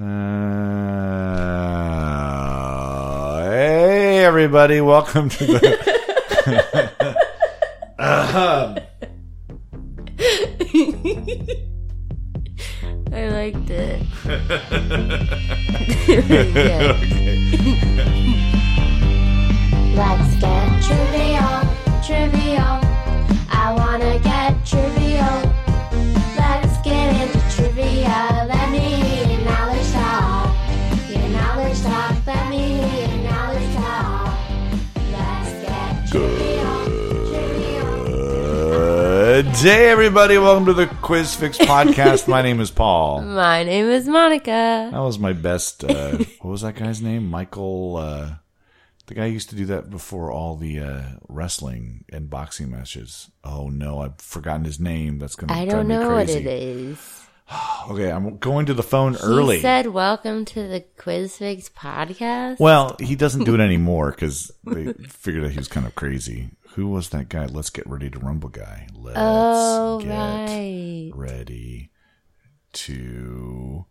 Uh, everybody. Welcome to the. Ahem. I liked it. yeah. Let's get trivial, trivial. I wanna get trivial. Let's get into trivia. Let me hear your knowledge talk. Your knowledge talk. Let me hear your knowledge talk. Let's get trivial, trivial. Good day, everybody. Welcome to the Quiz Fix podcast. My name is Paul. My name is Monica. That was my best. Uh, what was that guy's name? Michael. Uh, the guy who used to do that before all the uh, wrestling and boxing matches. Oh no, I've forgotten his name. That's gonna. I drive don't me know what crazy. it is. Okay, I'm going to the phone He early. said, "Welcome to the QuizFix podcast." Well, he doesn't do it anymore because they figured out he was kind of crazy. Who was that guy? Let's get ready to rumble guy. Let's oh get right. ready to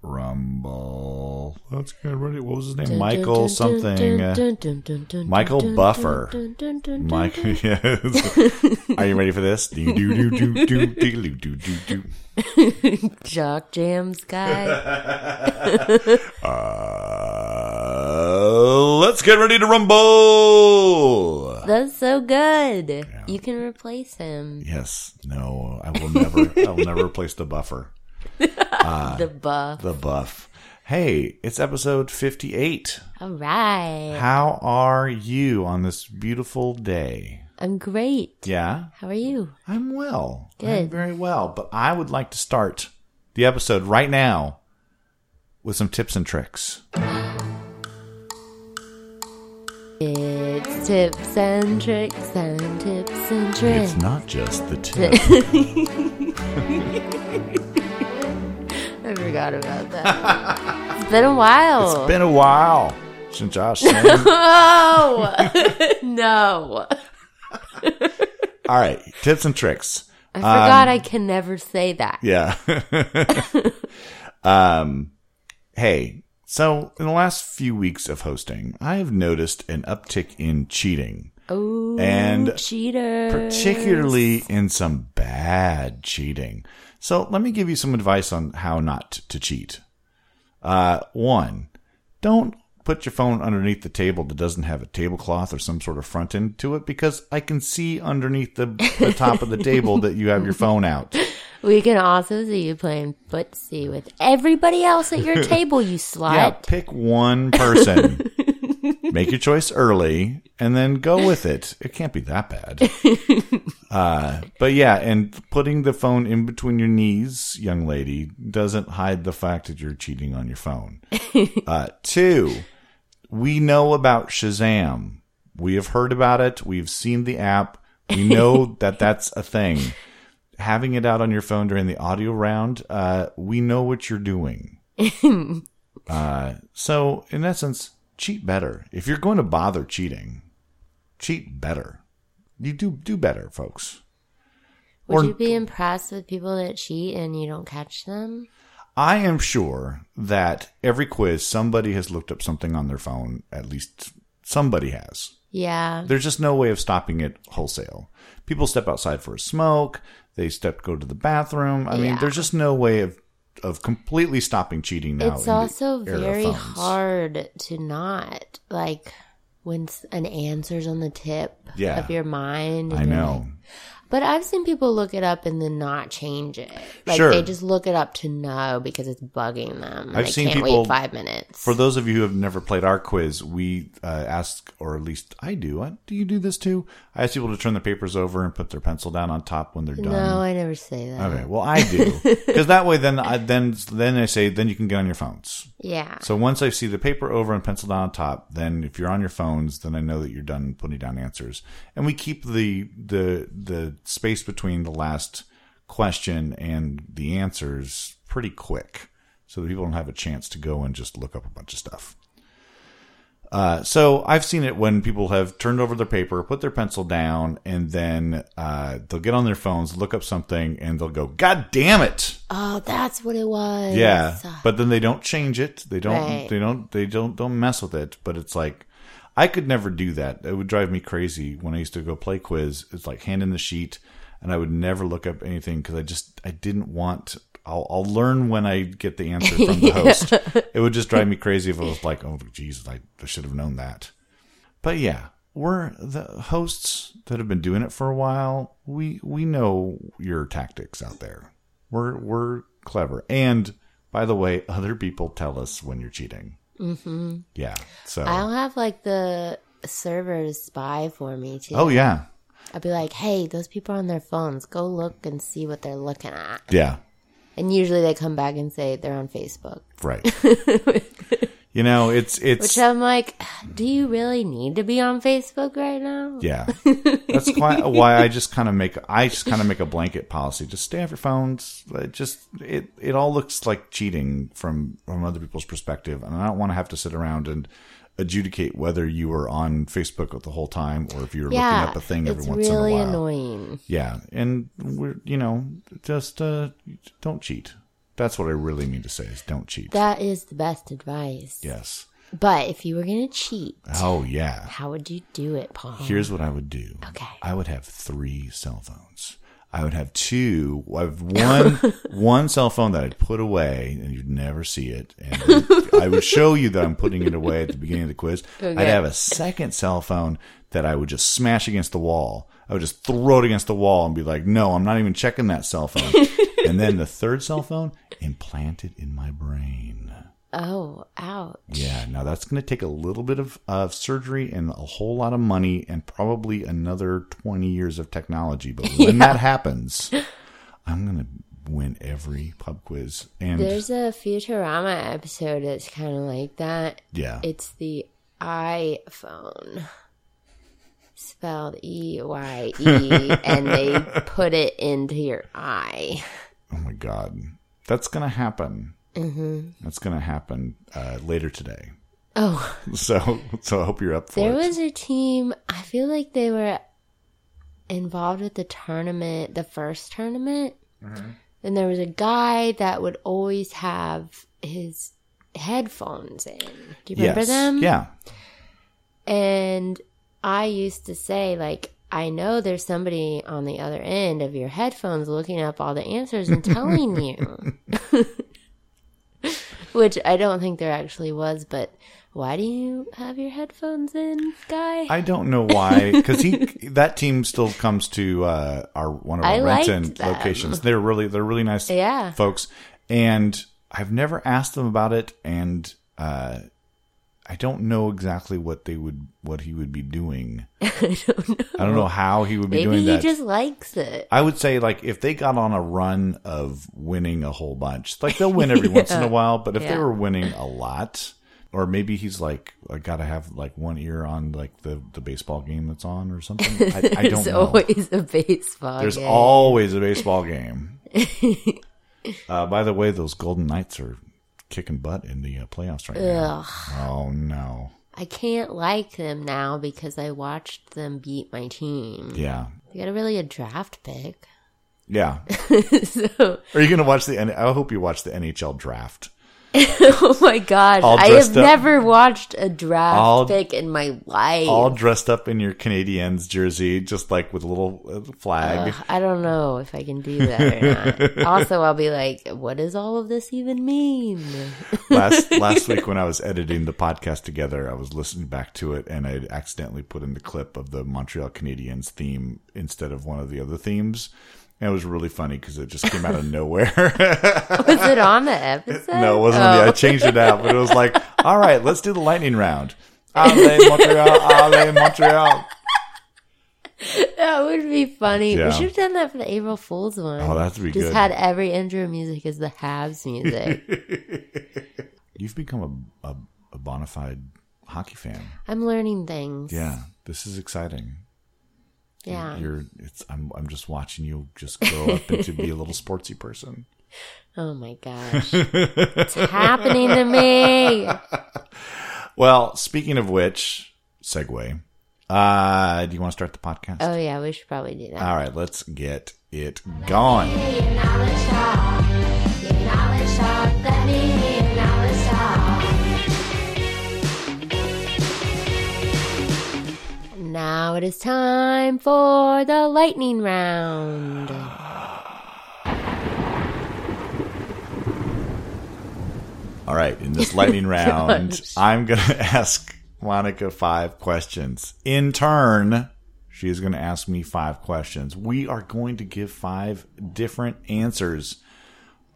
rumble. Let's get ready. What was his name? Michael something. uh, Michael Buffer. Mike, yes. Are you ready for this? Do do do do do do do do do. Jock Jams guy. Uh, let's get ready to rumble. That's so good. You can replace him. Yes. No, I will never. I will never replace the buffer. the buff. The buff. Hey, it's episode fifty-eight. All right. How are you on this beautiful day? I'm great. Yeah, How are you? I'm well. I'm Good. very well. But I would like to start the episode right now with some tips and tricks. It's tips and tricks and tips and tricks. It's not just the tip. I forgot about that. it's been a while. it's been a while since I've seen. Oh no! All right, tips and tricks. I Um, forgot I can never say that. Yeah. um, hey, so in the last few weeks of hosting, I have noticed an uptick in cheating, Oh, And cheater! particularly in some bad cheating. So let me give you some advice on how not to cheat. Uh, one, don't put your phone underneath the table that doesn't have a tablecloth or some sort of front end to it because I can see underneath the, the top of the table that you have your phone out. we can also see you playing footsie with everybody else at your table. You slut! Yeah, pick one person. Make your choice early and then go with it. It can't be that bad. Uh, but yeah, and putting the phone in between your knees, young lady, doesn't hide the fact that you're cheating on your phone. Uh, two, we know about Shazam. We have heard about it. We've seen the app. We know that that's a thing. Having it out on your phone during the audio round, uh, we know what you're doing. So, in essence, cheat better. If you're going to bother cheating, cheat better. You do do better, folks. or- Would you be impressed with people that cheat and you don't catch them? I am sure that every quiz somebody has looked up something on their phone, at least somebody has. Yeah, There's just no way of stopping it wholesale. People step outside for a smoke, they step go to the bathroom. I mean, Yeah. there's just no way of of completely stopping cheating now. in it's the also era of very phones. hard to not like when s- an answer's on the tip Yeah. of your mind. I and you're know. But I've seen people look it up and then not change it. Like Sure. they just look it up to know because it's bugging them. I've they seen can't people- wait five minutes. For those of you who have never played our quiz, we uh, ask, or at least I do. I, do you do this too? I ask people to turn their papers over and put their pencil down on top when they're no, done. I never say that. Okay, well I do because that way then I then then I say then you can get on your phones. Yeah. So once I see the paper over and pencil down on top, then if you're on your phones, then I know that you're done putting down answers. And we keep the the the space between the last question and the answers pretty quick, so that people don't have a chance to go and just look up a bunch of stuff. Uh, so I've seen it when people have turned over their paper, put their pencil down, and then uh, they'll get on their phones, look up something, and they'll go, "God damn it!" Oh, that's what it was. yeah but then they don't change it they don't Right. they don't they don't don't mess with it but it's like I could never do that. It would drive me crazy when I used to go play quiz. It's like hand in the sheet, and I would never look up anything because I just I didn't want. I'll, I'll learn when I get the answer from the host. It would just drive me crazy if I was like, oh, geez, I, I should have known that. But yeah, we're the hosts that have been doing it for a while. We we know your tactics out there. We're we're clever. And by the way, other people tell us when you're cheating. Mm-hmm. Yeah. So. I'll have like the servers spy for me too. oh yeah, I'll be like, hey, those people are on their phones. Go look and see what they're looking at. yeah. And usually they come back and say they're on Facebook. Right. you know, it's it's Which I'm like, do you really need to be on Facebook right now? yeah. That's why why I just kind of make I just kind of make a blanket policy. Just stay off your phones. It just it it all looks like cheating from from other people's perspective, and I don't want to have to sit around and adjudicate whether you were on Facebook the whole time or if you were looking up a thing every it's once really in a while. annoying. Yeah, and we're you know just uh don't cheat. That's what I really mean to say is don't cheat. That is the best advice. yes. But if you were gonna cheat, Oh yeah. how would you do it, Paul? Here's what I would do. Okay. I would have three cell phones. I would have two. I have one one cell phone that I'd put away, and you'd never see it. And I would show you that I'm putting it away at the beginning of the quiz. I'd have a second cell phone that I would just smash against the wall. I would just throw it against the wall and be like, "No, I'm not even checking that cell phone." and then the third cell phone implanted in my brain. oh, ouch. Yeah, now that's going to take a little bit of, of surgery and a whole lot of money and probably another 20 years of technology. But when that happens, I'm going to win every pub quiz. And There's a Futurama episode that's kind of like that. yeah, It's the iPhone. Spelled E Y E, and they put it into your eye. oh my God, that's going to happen. Mm-hmm. That's going to happen uh, later today. Oh, So, so I hope you're up for There it. was a team. I feel like they were involved with the tournament, the first tournament. And there was a guy that would always have his headphones in. Do you remember them? Yeah. And I used to say, like, I know there's somebody on the other end of your headphones looking up all the answers and telling you. Which I don't think there actually was, but why do you have your headphones in, guy? I don't know why, because he that team still comes to uh, our one of our I liked Renton them. locations. They're really they're really nice Yeah. folks, and I've never asked them about it, and uh, I don't know exactly what they would what he would be doing. I don't know. how he would be Maybe doing he that. just likes it. I would say like if they got on a run of winning a whole bunch, like they'll win every once in a while, but if they Yeah. were winning a lot, or maybe he's like, I gotta have like one ear on like the the baseball game that's on or something. I, I don't There's know. always a baseball. There's game. always a baseball game. uh, by the way, those Golden Knights are kicking butt in the uh, playoffs right now. Oh no. I can't like them now because I watched them beat my team. Yeah. They got a really a draft pick. Yeah. So, Are you gonna watch the? N- I hope you watch the NHL draft. oh my gosh, All I have dressed up- never watched a draft All- pick in my life. all dressed up in your Canadians jersey, just like with a little uh, flag. Ugh, I don't know if I can do that or not. also, I'll be like, what does all of this even mean? last last week when I was editing the podcast together, I was listening back to it and I had accidentally put in the clip of the Montreal Canadiens theme instead of one of the other themes. And it was really funny because it just came out of nowhere. Was it on the episode? no, it wasn't. on the- I changed it out, but it was like, all right, let's do the lightning round. Ale Montreal, Ale Montreal. That would be funny. Yeah. We should have done that for the April Fool's one. Oh, that'd be Just good. had every intro music as the Habs music. You've become a, a, a bona fide hockey fan. I'm learning things. Yeah, this is exciting. Yeah. You're it's I'm I'm just watching you just grow up into be a little sportsy person. Oh my gosh. it's happening to me. Well, speaking of which, segue. Uh do you want to start the podcast? Oh yeah, we should probably do that. All right, let's get it going. Let me hear knowledge talk. Hear knowledge talk. Let me hear knowledge talk. is time for the lightning round. All right, in this lightning round, I'm going to ask Monica five questions. In turn, she is going to ask me five questions. We are going to give five different answers.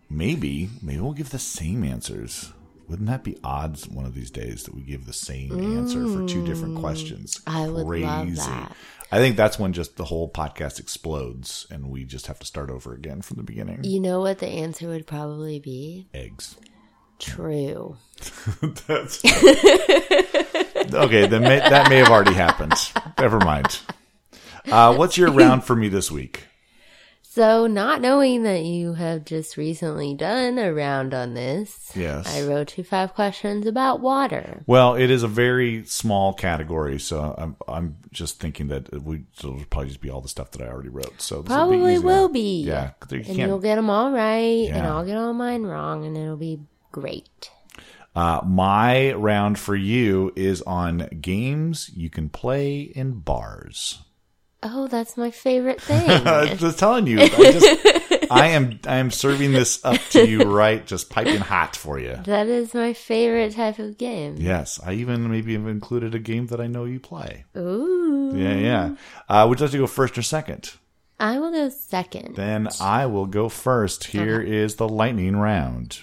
Maybe, maybe we'll give the same answers. Wouldn't that be odds one of these days that we give the same answer for two different questions? Mm, I would love that. I think that's when just the whole podcast explodes and we just have to start over again from the beginning. You know what the answer would probably be? Eggs. True. That's okay. Then may, that may have already happened. Never mind. Uh, what's your round for me this week? So, not knowing that you have just recently done a round on this, Yes. I wrote you five questions about water. Well, it is a very small category, so I'm I'm just thinking that we it'll probably just be all the stuff that I already wrote. So this will be Probably easy. will be. Yeah, 'cause you And can't- you'll get them all right, and Yeah. I'll get all mine wrong, and it'll be great. Uh, my round for you is on games you can play in bars. Uh, Oh, that's my favorite thing. I'm just telling you, I, just, I am I am serving this up to you right, just piping hot for you. that is my favorite type of game. Yes, I even maybe have included a game that I know you play. Ooh. Yeah, yeah. Uh, would you like to go first or second? I will go second. Then I will go first. Here is the lightning round.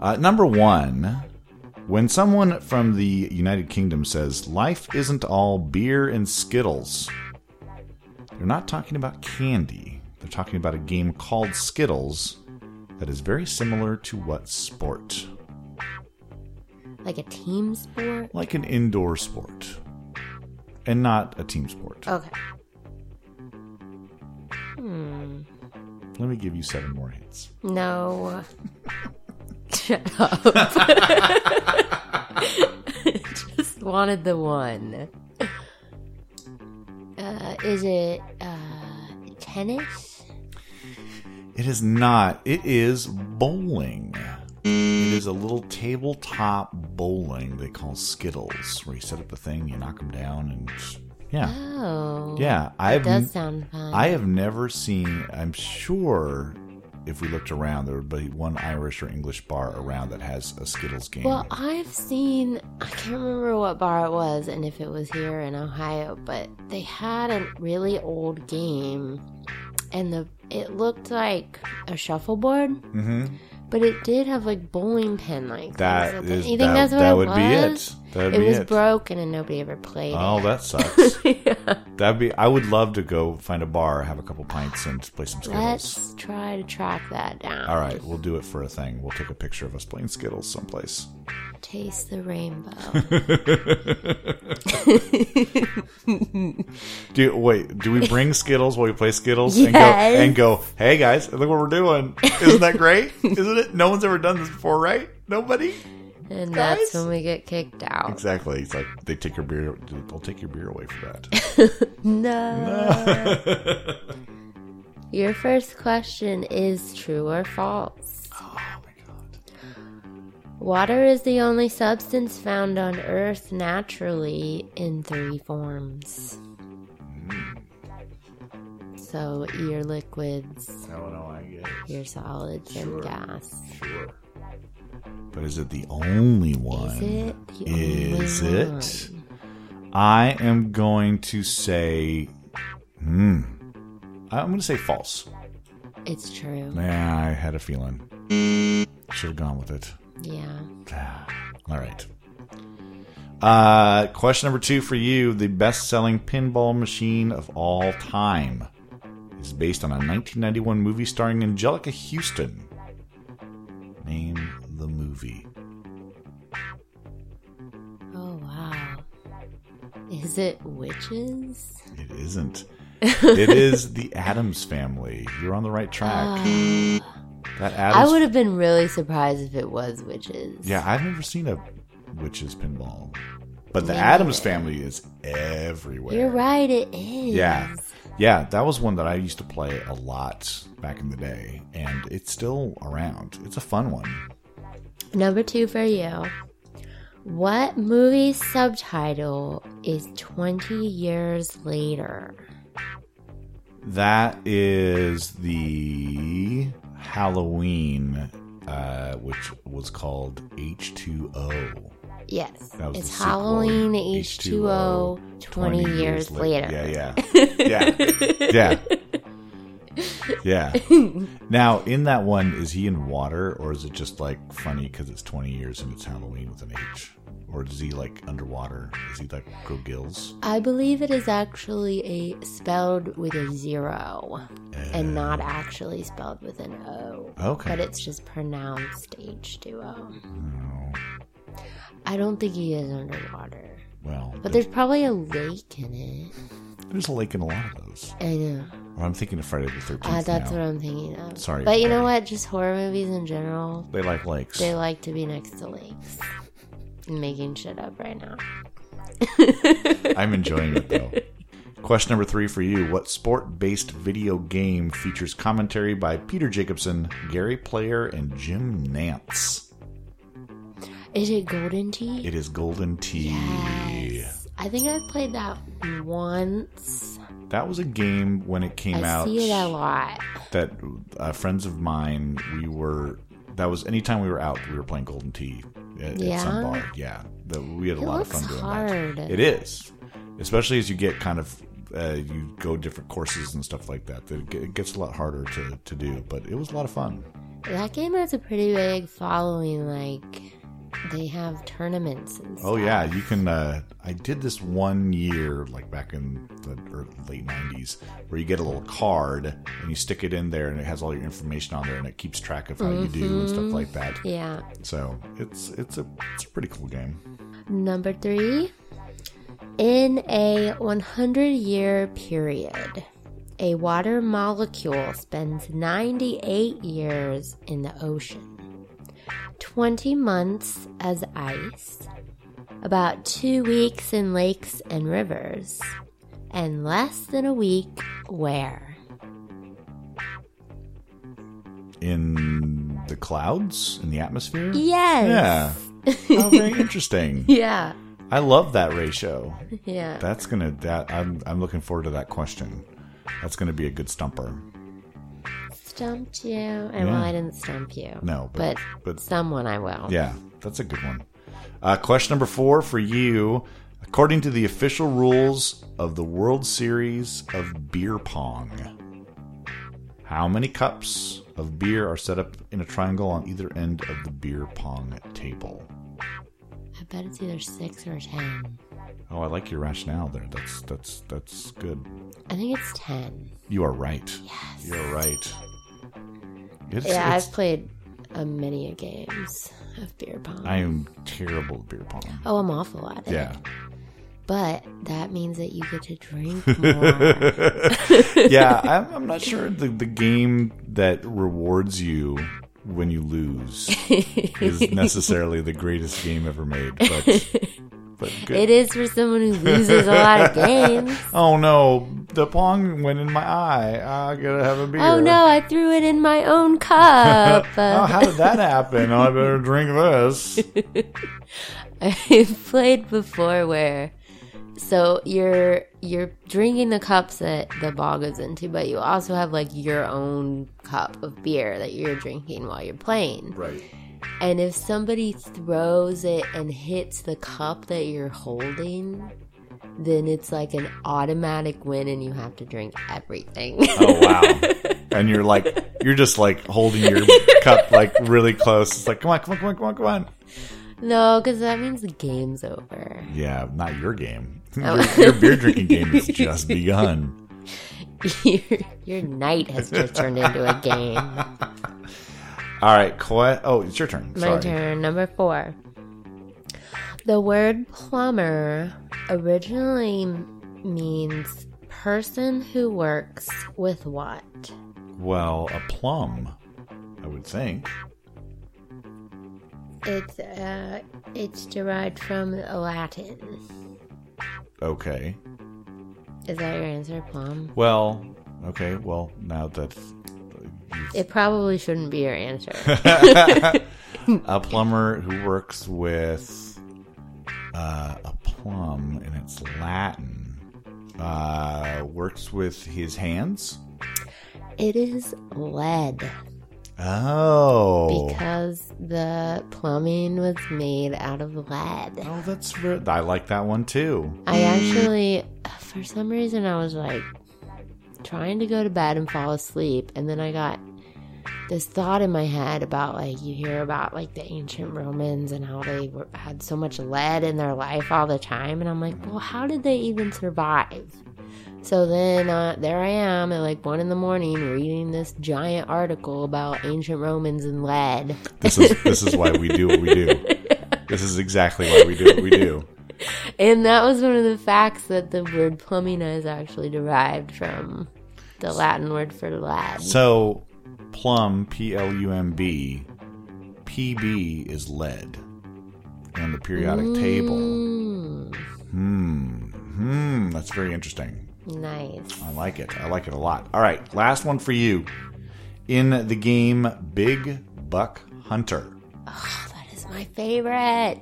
Uh, number one, when someone from the United Kingdom says life isn't all beer and Skittles, they're not talking about candy. They're talking about a game called Skittles that is very similar to what sport? Like a team sport? Like an indoor sport. And not a team sport. Okay. Hmm. Let me give you seven more hints. No. Shut up. Just wanted the one. Uh, is it uh, tennis? It is not. It is bowling. It is a little tabletop bowling they call Skittles, where you set up a thing, you knock them down, and yeah, Oh. yeah. That I've does sound fun. I have never seen. I'm sure if we looked around, there would be one Irish or English bar around that has a Skittles game. Well, I've seen, I can't remember what bar it was and if it was here in Ohio, but they had a really old game and the it looked like a shuffleboard, hmm but it did have like bowling pin like That things. is You think that, that's what that it would was? be it. That would It be was it. broken and nobody ever played Oh, it. that sucks. That'd be. I would love to go find a bar, have a couple pints, and play some Skittles. Let's try to track that down. All right, we'll do it for a thing. We'll take a picture of us playing Skittles someplace. Taste the rainbow. Do wait? Do we bring Skittles while we play Skittles and go Yes. and go? Hey guys, look what we're doing! Isn't that great? Isn't it? No one's ever done this before, right? Nobody. and Guys? that's when we get kicked out. Exactly. It's like they take your beer. They'll take your beer away for that. Oh, No. Your first question is true or false. oh my god! Water is the only substance found on Earth naturally in three forms. So, your liquids, No, no, I get it. your solids, Sure. and gas. Sure. But is it the only one? Is it the Is only it? I am going to say, hmm. I'm going to say false. one? It's true. Yeah, I had a feeling. Should have gone with it. Yeah. Ah, All right. Uh, question number two for you: The best-selling pinball machine of all time is based on a 1991 movie starring Angelica Houston. Name the movie. Oh, wow. Is it witches? It isn't. It is the Adams Family. You're on the right track. that Ah. I Adams. would have been really surprised if it was witches. yeah, I've never seen a witches pinball, but the Me Adams neither. Family is everywhere. You're right, it is. Yeah. Yeah, that was one that I used to play a lot back in the day, and it's still around. It's a fun one. Number two for you. What movie subtitle is 20 years later? That is the Halloween, uh, which was called H2O. Yes. That was the It's sequel, Halloween H2O 20 years later. Yeah, yeah. Yeah. Yeah. Yeah. Now, in that one, is he in water or is it just like funny because it's 20 years and it's Halloween with an H? Or is he like underwater? Is he like grow gills? I believe it is actually a spelled with a zero and not actually spelled with an O. Okay. But it's just pronounced H2O. Oh, I don't think he is underwater. well, But there's, there's probably a lake in it. there's a lake in a lot of those. I know. Well, I'm thinking of Friday the 13th. Uh, that's now. what I'm thinking of. Sorry, But you know Betty. what? Just horror movies in general, They like lakes. they like to be next to lakes. I'm making shit up right now. I'm enjoying it though. Question number three for you What sport based video game features commentary by Peter Jacobson, Gary Player, and Jim Nance? Is it Golden Tea? It is Golden Tea. Yes. I think I've played that once. That was a game when it came I out see it a lot. that uh, friends of mine, we were, that was anytime we were out, we were playing Golden Tea at, at Yeah? some bar. Yeah. That we had a It lot of looks fun doing that. hard. It is, especially as you get kind of uh, you go different courses and stuff like that. It g- It gets a lot harder to, to do, but it was a lot of fun. That game has a pretty big following. Like they have tournaments and stuff. Oh yeah, you can. Uh, I did this one year, like back in the ear- late '90s, where you get a little card and you stick it in there, and it has all your information on there, and it keeps track of how you do and stuff like that. Mm-hmm. Yeah. So it's it's a it's a pretty cool game. Number three. In a 100 year period, a water molecule spends 98 years in the ocean, 20 months as ice, about two weeks in lakes and rivers, and less than a week where? In the clouds, in the atmosphere. Yeah. Yes! How very interesting. Yeah. I love that ratio. Yeah. Yeah. That's gonna that I'm I'm looking forward to that question. That's gonna be a good stumper. Stumped you. And well, Yeah. I didn't stump you. No, but- But, but- someone I will. Yeah, that's a good one. Uh, question number four for you. According to the official rules of the World Series of Beer Pong, how many cups of beer are set up in a triangle on either end of the beer pong table? I bet it's either six or ten. Oh, I like your rationale there. That's that's that's good. I think it's ten. You are right. Yes. You're right. It's, yeah, it's- I've played a many games of beer pong. I am terrible at beer pong. oh, I'm awful at it. Yeah. But that means that you get to drink more. yeah, I'm, I'm not sure the, the game that rewards you when you lose is necessarily the greatest game ever made, but but good. it is for someone who loses a lot of games. Oh no, the pong went in my eye. I gotta have a beer. Oh no, I threw it in my own cup. Oh, Uh, how did that happen? I better drink this. I've played before where so you're you're drinking the cups that the ball goes into, but you also have like your own cup of beer that you're drinking while you're playing. Right. And if somebody throws it and hits the cup that you're holding, then it's like an automatic win and you have to drink everything. Oh wow. And you're like you're just like holding your cup like really close. It's like come on, come on, come on, come on, come on. no, because that means the game's over. Yeah, not your game. Oh. Your, your beer drinking game has just begun. your, your night has just turned into a game. All right, Koi. Oh, it's your turn. My Sorry. turn, number four. The word plumber originally m- means person who works with what? Well, a plum, I would think. It's uh, it's derived from Latin. Okay. Is that your answer, plum? Well, okay. Well, now that's It probably shouldn't be your answer. a plumber who works with uh, a plum, and it's Latin. Uh, works with his hands. It is lead Oh. because the plumbing was made out of lead. Oh, that's re- I like that one too. I actually, for some reason, I was like trying to go to bed and fall asleep, and then I got this thought in my head about like you hear about like the ancient Romans and how they were, had so much lead in their life all the time, and I'm like, well, how did they even survive? So then uh, there I am at like one in the morning reading this giant article about ancient Romans and lead. This is this is why we do what we do. This is exactly why we do what we do. And that was one of the facts that the word plumbing is actually derived from the Latin word for lead. So, plum, P L U M B, PB is lead on the periodic table. Mm, Hmm. Hmm. That's very interesting. nice. I like it. I like it a lot. All right. Last one for you. In the game Big Buck Hunter, Oh, that is my favorite.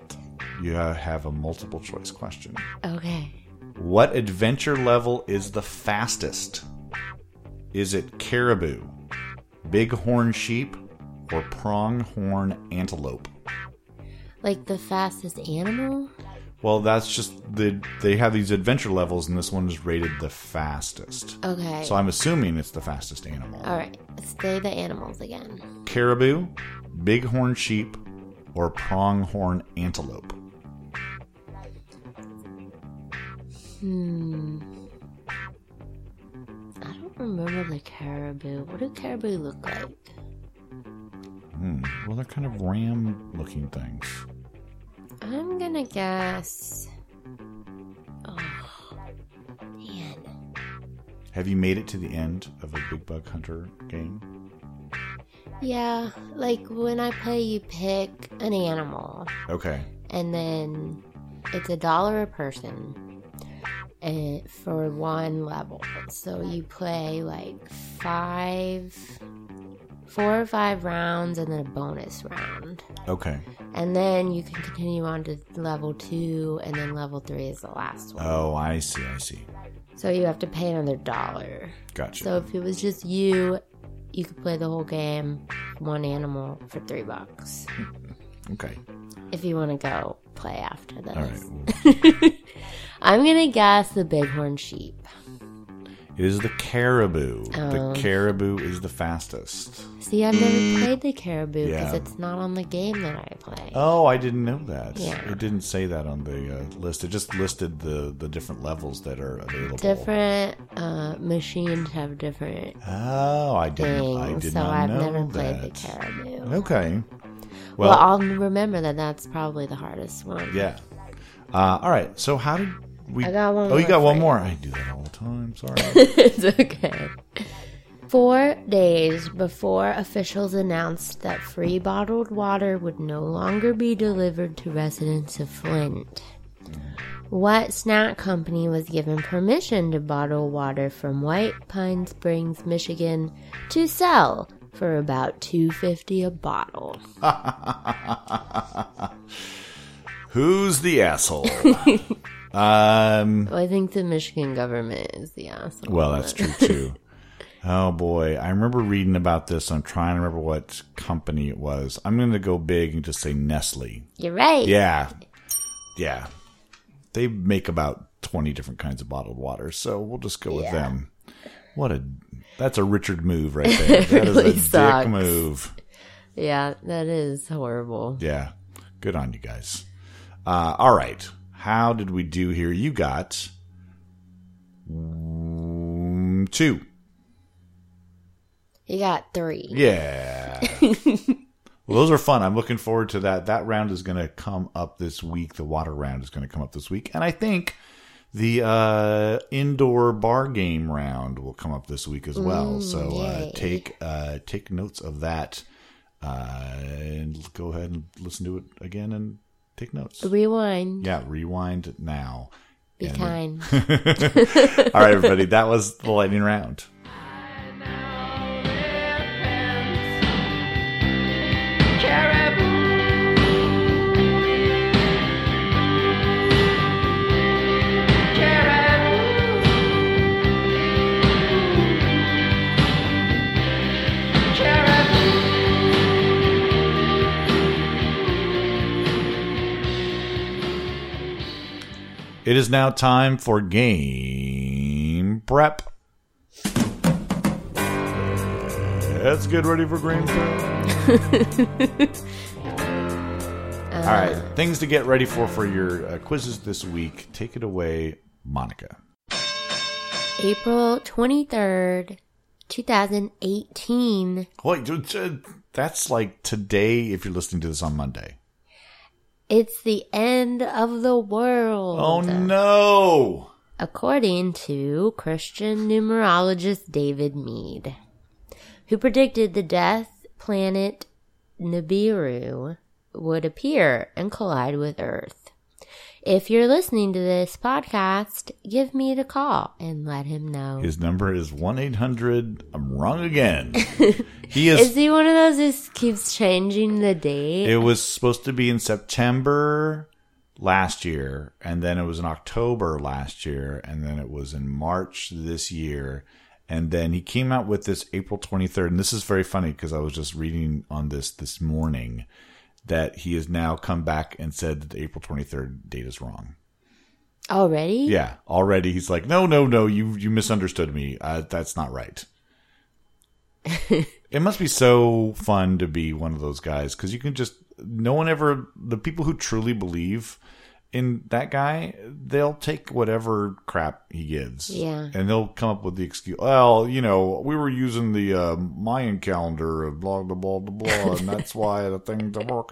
you have a multiple choice question. Okay. What adventure level is the fastest? Is it caribou, bighorn sheep, or pronghorn antelope? Like the fastest animal? Well, that's just the they have these adventure levels, and this one is rated the fastest. Okay. So I'm assuming it's the fastest animal. All right. Say the animals again. Caribou, bighorn sheep, or pronghorn antelope. Hmm. I don't remember the caribou. What do caribou look like? Hmm. Well, they're kind of ram-looking things. I'm gonna guess. Oh, man. Have you made it to the end of a big bug hunter game? Yeah, like when I play, you pick an animal, Okay. and then it's a dollar a person and for one level. So you play like five, four or five rounds, and then a bonus round. Okay. And then you can continue on to level two, and then level three is the last one. Oh, I see. I see. So you have to pay another dollar. Gotcha. So if it was just you, you could play the whole game, one animal for three bucks. okay. if you want to go play after this. All right. Well, I'm going to guess the bighorn sheep. it is the caribou. The Oh. caribou is the fastest. See, I've never played the caribou because Mm. Yeah. it's not on the game that I play. Oh, I didn't know that. Yeah. It didn't say that on the uh, list. It just listed the the different levels that are available. different uh, machines have different Oh, I didn't. I things, did so not I've know never that. played the caribou. Okay. Well, Well, I'll remember that that's probably the hardest one. yeah. Uh, all right. So how did we? I got one oh, you more got for one you. more. I do that all the time. Sorry. it's okay. Four days before officials announced that free bottled water would no longer be delivered to residents of Flint, what snack company was given permission to bottle water from White Pine Springs, Michigan, to sell for about two fifty a bottle? Who's the asshole? um. Well, I think the Michigan government is the asshole. Well, that's true too. oh boy, I remember reading about this. I'm trying to remember what company it was. I'm going to go big and just say Nestle. You're right. Yeah, yeah. They make about 20 different kinds of bottled water, so we'll just go with them. What a that's a Richard move right there. That is really a sucks. dick move. yeah, that is horrible. Yeah. Good on you guys. Uh, all right. How did we do here? You got mm, two. You got three. Yeah. well, those are fun. I'm looking forward to that. That round is going to come up this week. The water round is going to come up this week, and I think the uh, indoor bar game round will come up this week as well. so uh, yay. take uh, take notes of that, uh, and go ahead and listen to it again and take notes. Rewind. Yeah, rewind now. Be And- kind. All right, everybody. That was the lightning round. Caribou. It is now time for game prep. Let's get ready for game prep. All right, things to get ready for for your uh, quizzes this week. Take it away, Monica. April 23rd, 2018 Wait, d- d- uh, that's like today if you're listening to this on Monday. It's the end of the world. Oh no! According to Christian numerologist David Mead, who predicted the death planet Nibiru would appear and collide with Earth. If you're listening to this podcast, give me the call and let him know. His number is 1 800. I'm wrong again. He Is is. he one of those who s- keeps changing the date? It was supposed to be in September last year, and then it was in October last year, and then it was in March this year. And then he came out with this April 23rd. And this is very funny because I was just reading on this this morning that he has now come back and said that the April 23rd date is wrong. Already? Yeah, already he's like, no, no, no, you you misunderstood me. Uh, that's not right. it must be so fun to be one of those guys because you can just no one ever the people who truly believe in that guy they'll take whatever crap he gives Yeah. and they'll come up with the excuse well you know we were using the uh, mayan calendar of blah blah blah blah blah and that's why the thing to work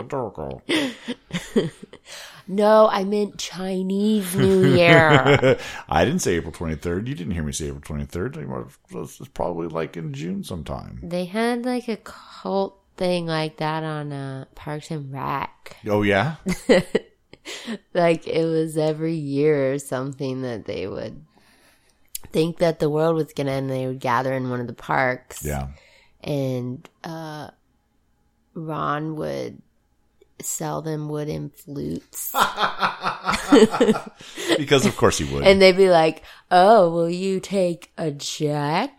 No, I meant Chinese New Year. I didn't say April 23rd. You didn't hear me say April 23rd. This is probably like in June sometime. They had like a cult thing like that on uh, Parks and Rec. Oh, yeah? Like it was every year or something that they would think that the world was gonna end. They would gather in one of the parks, Yeah. and uh, Ron would sell them wooden flutes, Because, of course, he would. and they'd be like, "Oh, will you take a jack?"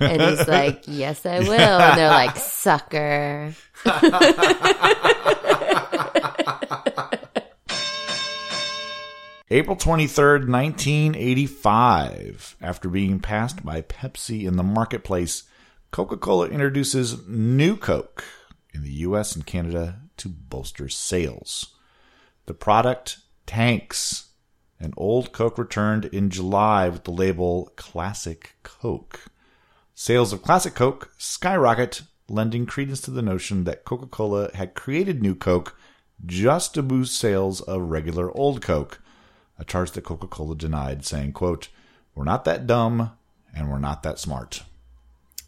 And he's like, "Yes, I will." And they're like, "Sucker." April 23rd, 1985. After being passed by Pepsi in the marketplace, Coca Cola introduces New Coke in the US and Canada to bolster sales. The product tanks, and Old Coke returned in July with the label Classic Coke. Sales of Classic Coke skyrocket, lending credence to the notion that Coca Cola had created New Coke just to boost sales of regular Old Coke, a charge that Coca Cola denied, saying, quote, We're not that dumb and we're not that smart.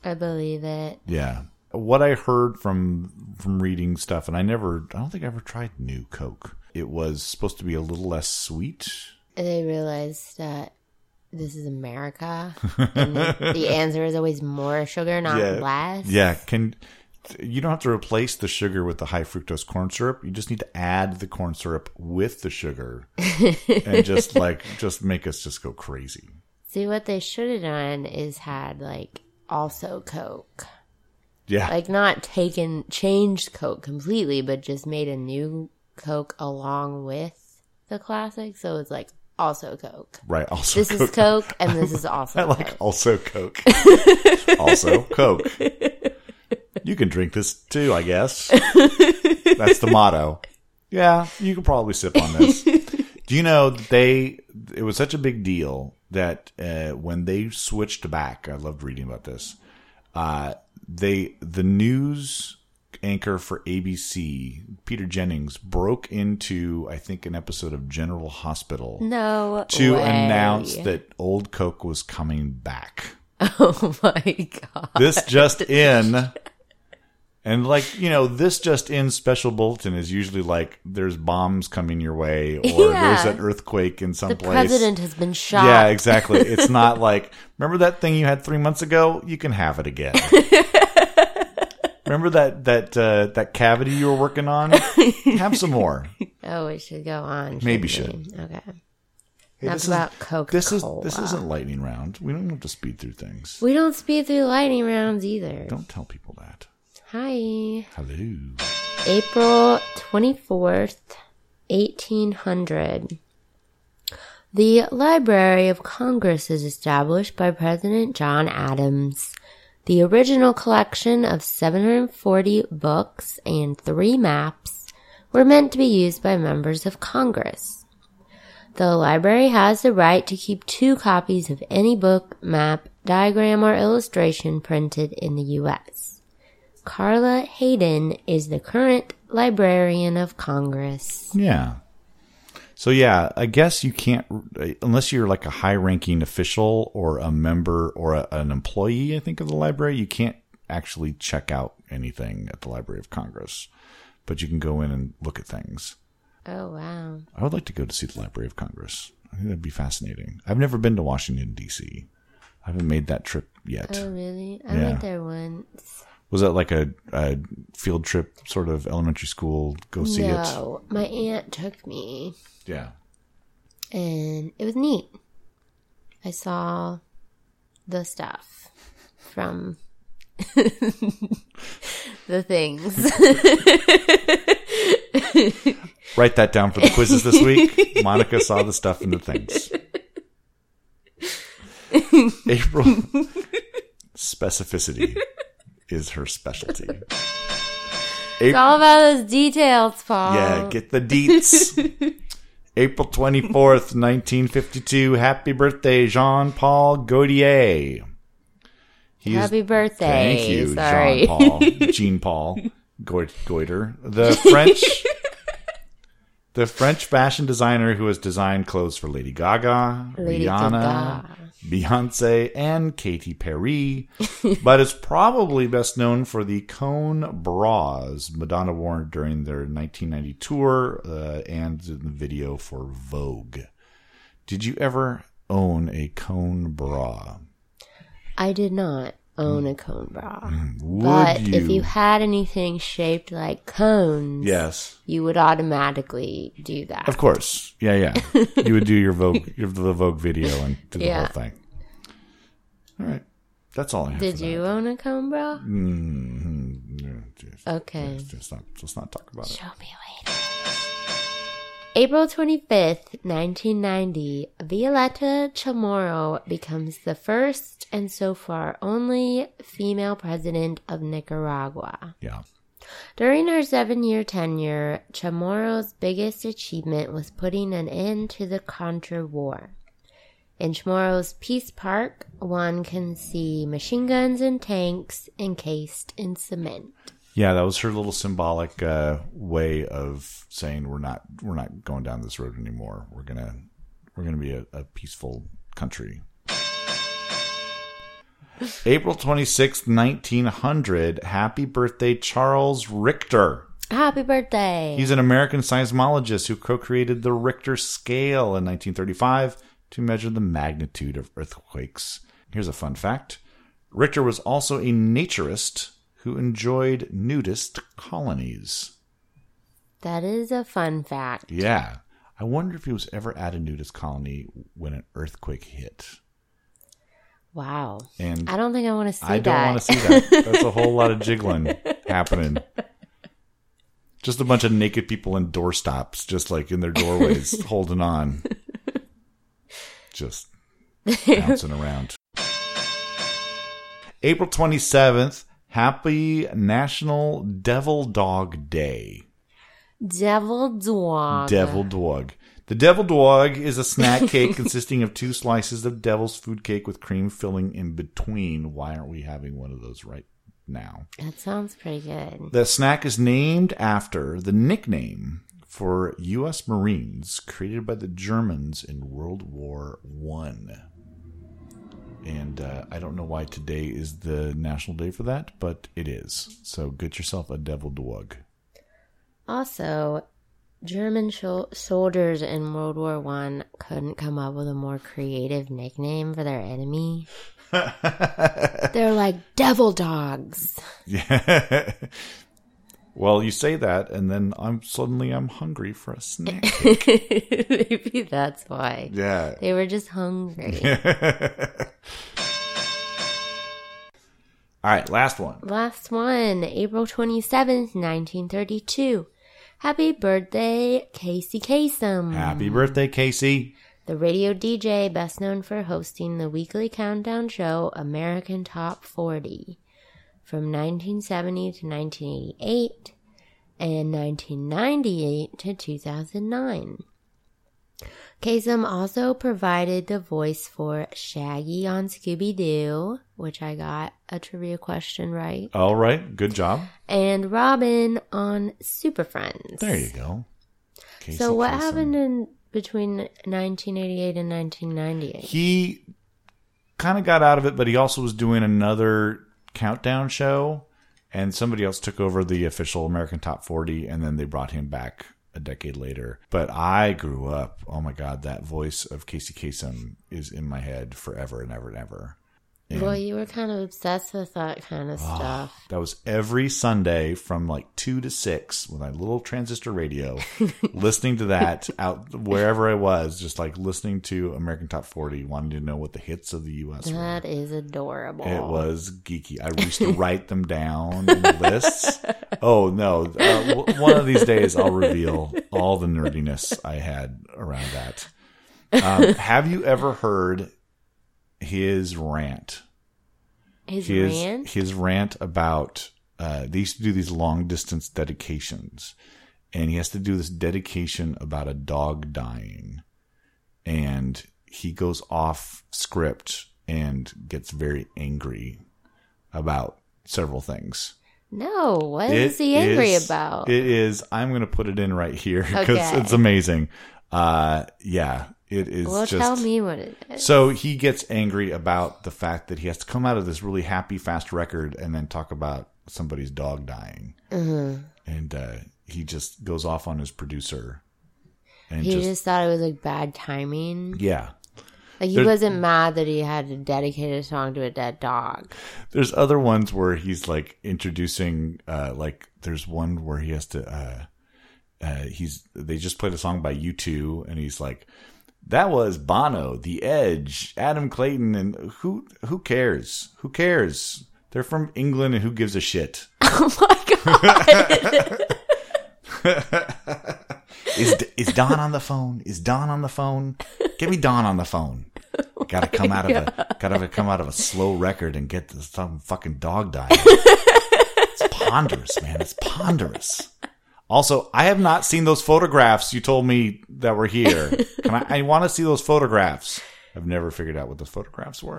I believe it. Yeah. What I heard from from reading stuff, and I never, I don't think I ever tried New Coke. It was supposed to be a little less sweet. they realized that this is America, and the, the answer is always more sugar, not less. Yeah. Can you don't have to replace the sugar with the high fructose corn syrup. You just need to add the corn syrup with the sugar, and just like just make us just go crazy. See, what they should have done is had like also Coke, Yeah. like not taken changed Coke completely, but just made a new Coke along with the classic. So it's like also Coke. right. Also, This is Coke, and this is I also like Coke. also Coke. also Coke. You can drink this too, I guess. That's the motto. Yeah, you can probably sip on this. Do you know that they? It was such a big deal that uh, when they switched back, I loved reading about this. Uh, they the news anchor for ABC, Peter Jennings, broke into I think an episode of General Hospital No to way. announce that Old Coke was coming back. Oh my god! This just in. And like, you know, this just in special bulletin is usually like there's bombs coming your way or Yeah. there's an earthquake in some The place. president has been shot. yeah, exactly. It's not like remember that thing you had 3 months ago? You can have it again. remember that that uh, that cavity you were working on? have some more. Oh, it should go on. Maybe shouldn't we? Okay. Hey, Enough this is- about Coca-Cola. This is this isn't lightning round. We don't have to speed through things. We don't speed through lightning rounds either. Don't tell people that. Hi. Hello. April 24th, 1800. The Library of Congress is established by President John Adams. The original collection of 740 books and three maps were meant to be used by members of Congress. The library has the right to keep two copies of any book, map, diagram, or illustration printed in the U.S. Carla Hayden is the current Librarian of Congress. Yeah. So yeah, I guess you can't unless you're like a high-ranking official or a member or a, an employee. I think of the library, you can't actually check out anything at the Library of Congress, but you can go in and look at things. Oh, wow. I would like to go to see the Library of Congress. I think that'd be fascinating. I've never been to Washington D.C. I haven't made that trip yet. Oh, really? I Yeah. went there once. Was that like a, a field trip, sort of elementary school? Go see it. no, my aunt took me, Yeah. and it was neat. I saw the stuff from the things. Write that down for the quizzes this week. Monica saw the stuff and the things. April specificity is her specialty. It's all about those details, Paul. Yeah, get the deets. April 24th, 1952. Happy birthday, Jean Paul Gaudier. He's, Happy birthday. Thank you, Sorry. Jean Paul. Jean Paul Goit- Goiter. The French The French fashion designer who has designed clothes for Lady Gaga, Lady Rihanna, Gaga. Beyonce, and Katy Perry, but is probably best known for the cone bras Madonna wore during their 1990 tour uh, and in the video for Vogue. Did you ever own a cone bra? I did not own a cone bra. Would But if you had anything shaped like cones, yes. you would automatically do that. Of course. Yeah, yeah. you would do your Vogue your the Vogue video and do the Yeah. whole thing. All right. That's all I have. Did for you That. own a cone bra? Mm, Okay. Let's, just not, let's not talk about it. Show me later. April 25th, 1990, Violeta Chamorro becomes the first and so far only female president of Nicaragua. Yeah. During her seven year tenure, Chamorro's biggest achievement was putting an end to the Contra War. In Chamorro's Peace Park, one can see machine guns and tanks encased in cement. Yeah, that was her little symbolic uh, way of saying we're not we're not going down this road anymore. We're gonna we're gonna be a, a peaceful country. April twenty sixth, nineteen hundred. Happy birthday, Charles Richter. Happy birthday! He's an American seismologist who co created the Richter scale in 1935 to measure the magnitude of earthquakes. Here's a fun fact Richter was also a naturist who enjoyed nudist colonies. that is a fun fact. Yeah. I wonder if he was ever at a nudist colony when an earthquake hit. Wow. And I don't think I want to see I don't that. want to see that. That's a whole lot of jiggling happening. Just a bunch of naked people in doorstops, just like in their doorways, holding on, just bouncing around. April 27th, happy National Devil Dog Day. Devil dog. Devil Dwog. The Devil Dwog is a snack cake consisting of two slices of devil's food cake with cream filling in between. Why aren't we having one of those right now? That sounds pretty good. The snack is named after the nickname for U.S. Marines created by the Germans in World War One. And uh, I don't know why today is the national day for that, but it is. So get yourself a Devil Dwog. Also, German shol soldiers in World War One couldn't come up with a more creative nickname for their enemy. They're like devil dogs. Yeah. well, you say that, and then I'm suddenly I'm hungry for a snack. Maybe that's why. yeah. They were just hungry. All right, last one. Last one, April 27th, 1932. Happy birthday, Casey Kasem. Happy birthday, Casey. The radio DJ, best known for hosting the weekly countdown show American Top 40 from 1970 to 1988 and 1998 to 2009. Kasem also provided the voice for Shaggy on Scooby Doo, which I got a trivia question right, All right. Good job. and Robin on Super Friends. There you go. Casey So what Kasem. happened in between 1988 and 1998? He kind of got out of it, but he also was doing another countdown show, and somebody else took over the official American Top 40, and then they brought him back a decade later. But I grew up. Oh my God, that voice of Casey Kasem is in my head forever and ever and ever. And Well, you were kind of obsessed with that kind of Ah, stuff. That was every Sunday from like two to six with my little transistor radio, listening to that out wherever I was, just like listening to American Top 40, wanting to know what the hits of the U.S. were. That is adorable. It was geeky. I used to write them down in lists. Oh no! Uh, w- one of these days, I'll reveal all the nerdiness I had around that. Um, have you ever heard his rant? his his rant. his rant about uh, they used to do these long distance dedications, and he has to do this dedication about a dog dying, and he goes off script and gets very angry about several things. No, what It is he angry is- about? It is. I'm going to put it in right here because Okay. it's amazing. Uh, yeah, it is. well, just, tell me what it is. so he gets angry about the fact that he has to come out of this really happy, fast record and then talk about somebody's dog dying. And uh, he just goes off on his producer. And He just, just, thought it was like bad timing. yeah. Like he There- wasn't mad that he had to dedicate a song to a dead dog. There's other ones where he's like introducing, uh, like, there's one where he has to, uh, uh, he's, they just played a song by U2 and he's like, that was Bono, The Edge, Adam Clayton, and who, who cares? Who cares? They're from England and who gives a shit? Oh my god! Is is Don on the phone? Is Don on the phone? Get me Don on the phone. gotta come out of a gotta come out of a slow record and get the, some fucking dog dying. it's ponderous, man. It's ponderous. Also, I have not seen those photographs you told me that were here. Can I, I want to see those photographs. I've never figured out what those photographs were.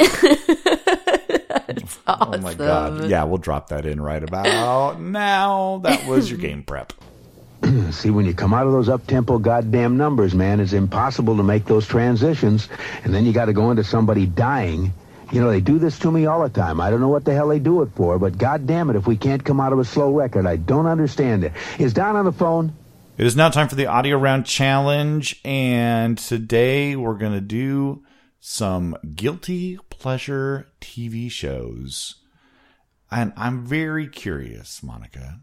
Oh my god. Yeah, we'll drop that in right about now. That was your game prep. See, when you come out of those up-tempo goddamn numbers, man, it's impossible to make those transitions. And then you got to go into somebody dying. You know, they do this to me all the time. I don't know what the hell they do it for, but goddamn it, if we can't come out of a slow record, I don't understand it. Is Don on the phone? It is now time for the audio round challenge, and today we're going to do some guilty pleasure TV shows. And I'm very curious, Monica,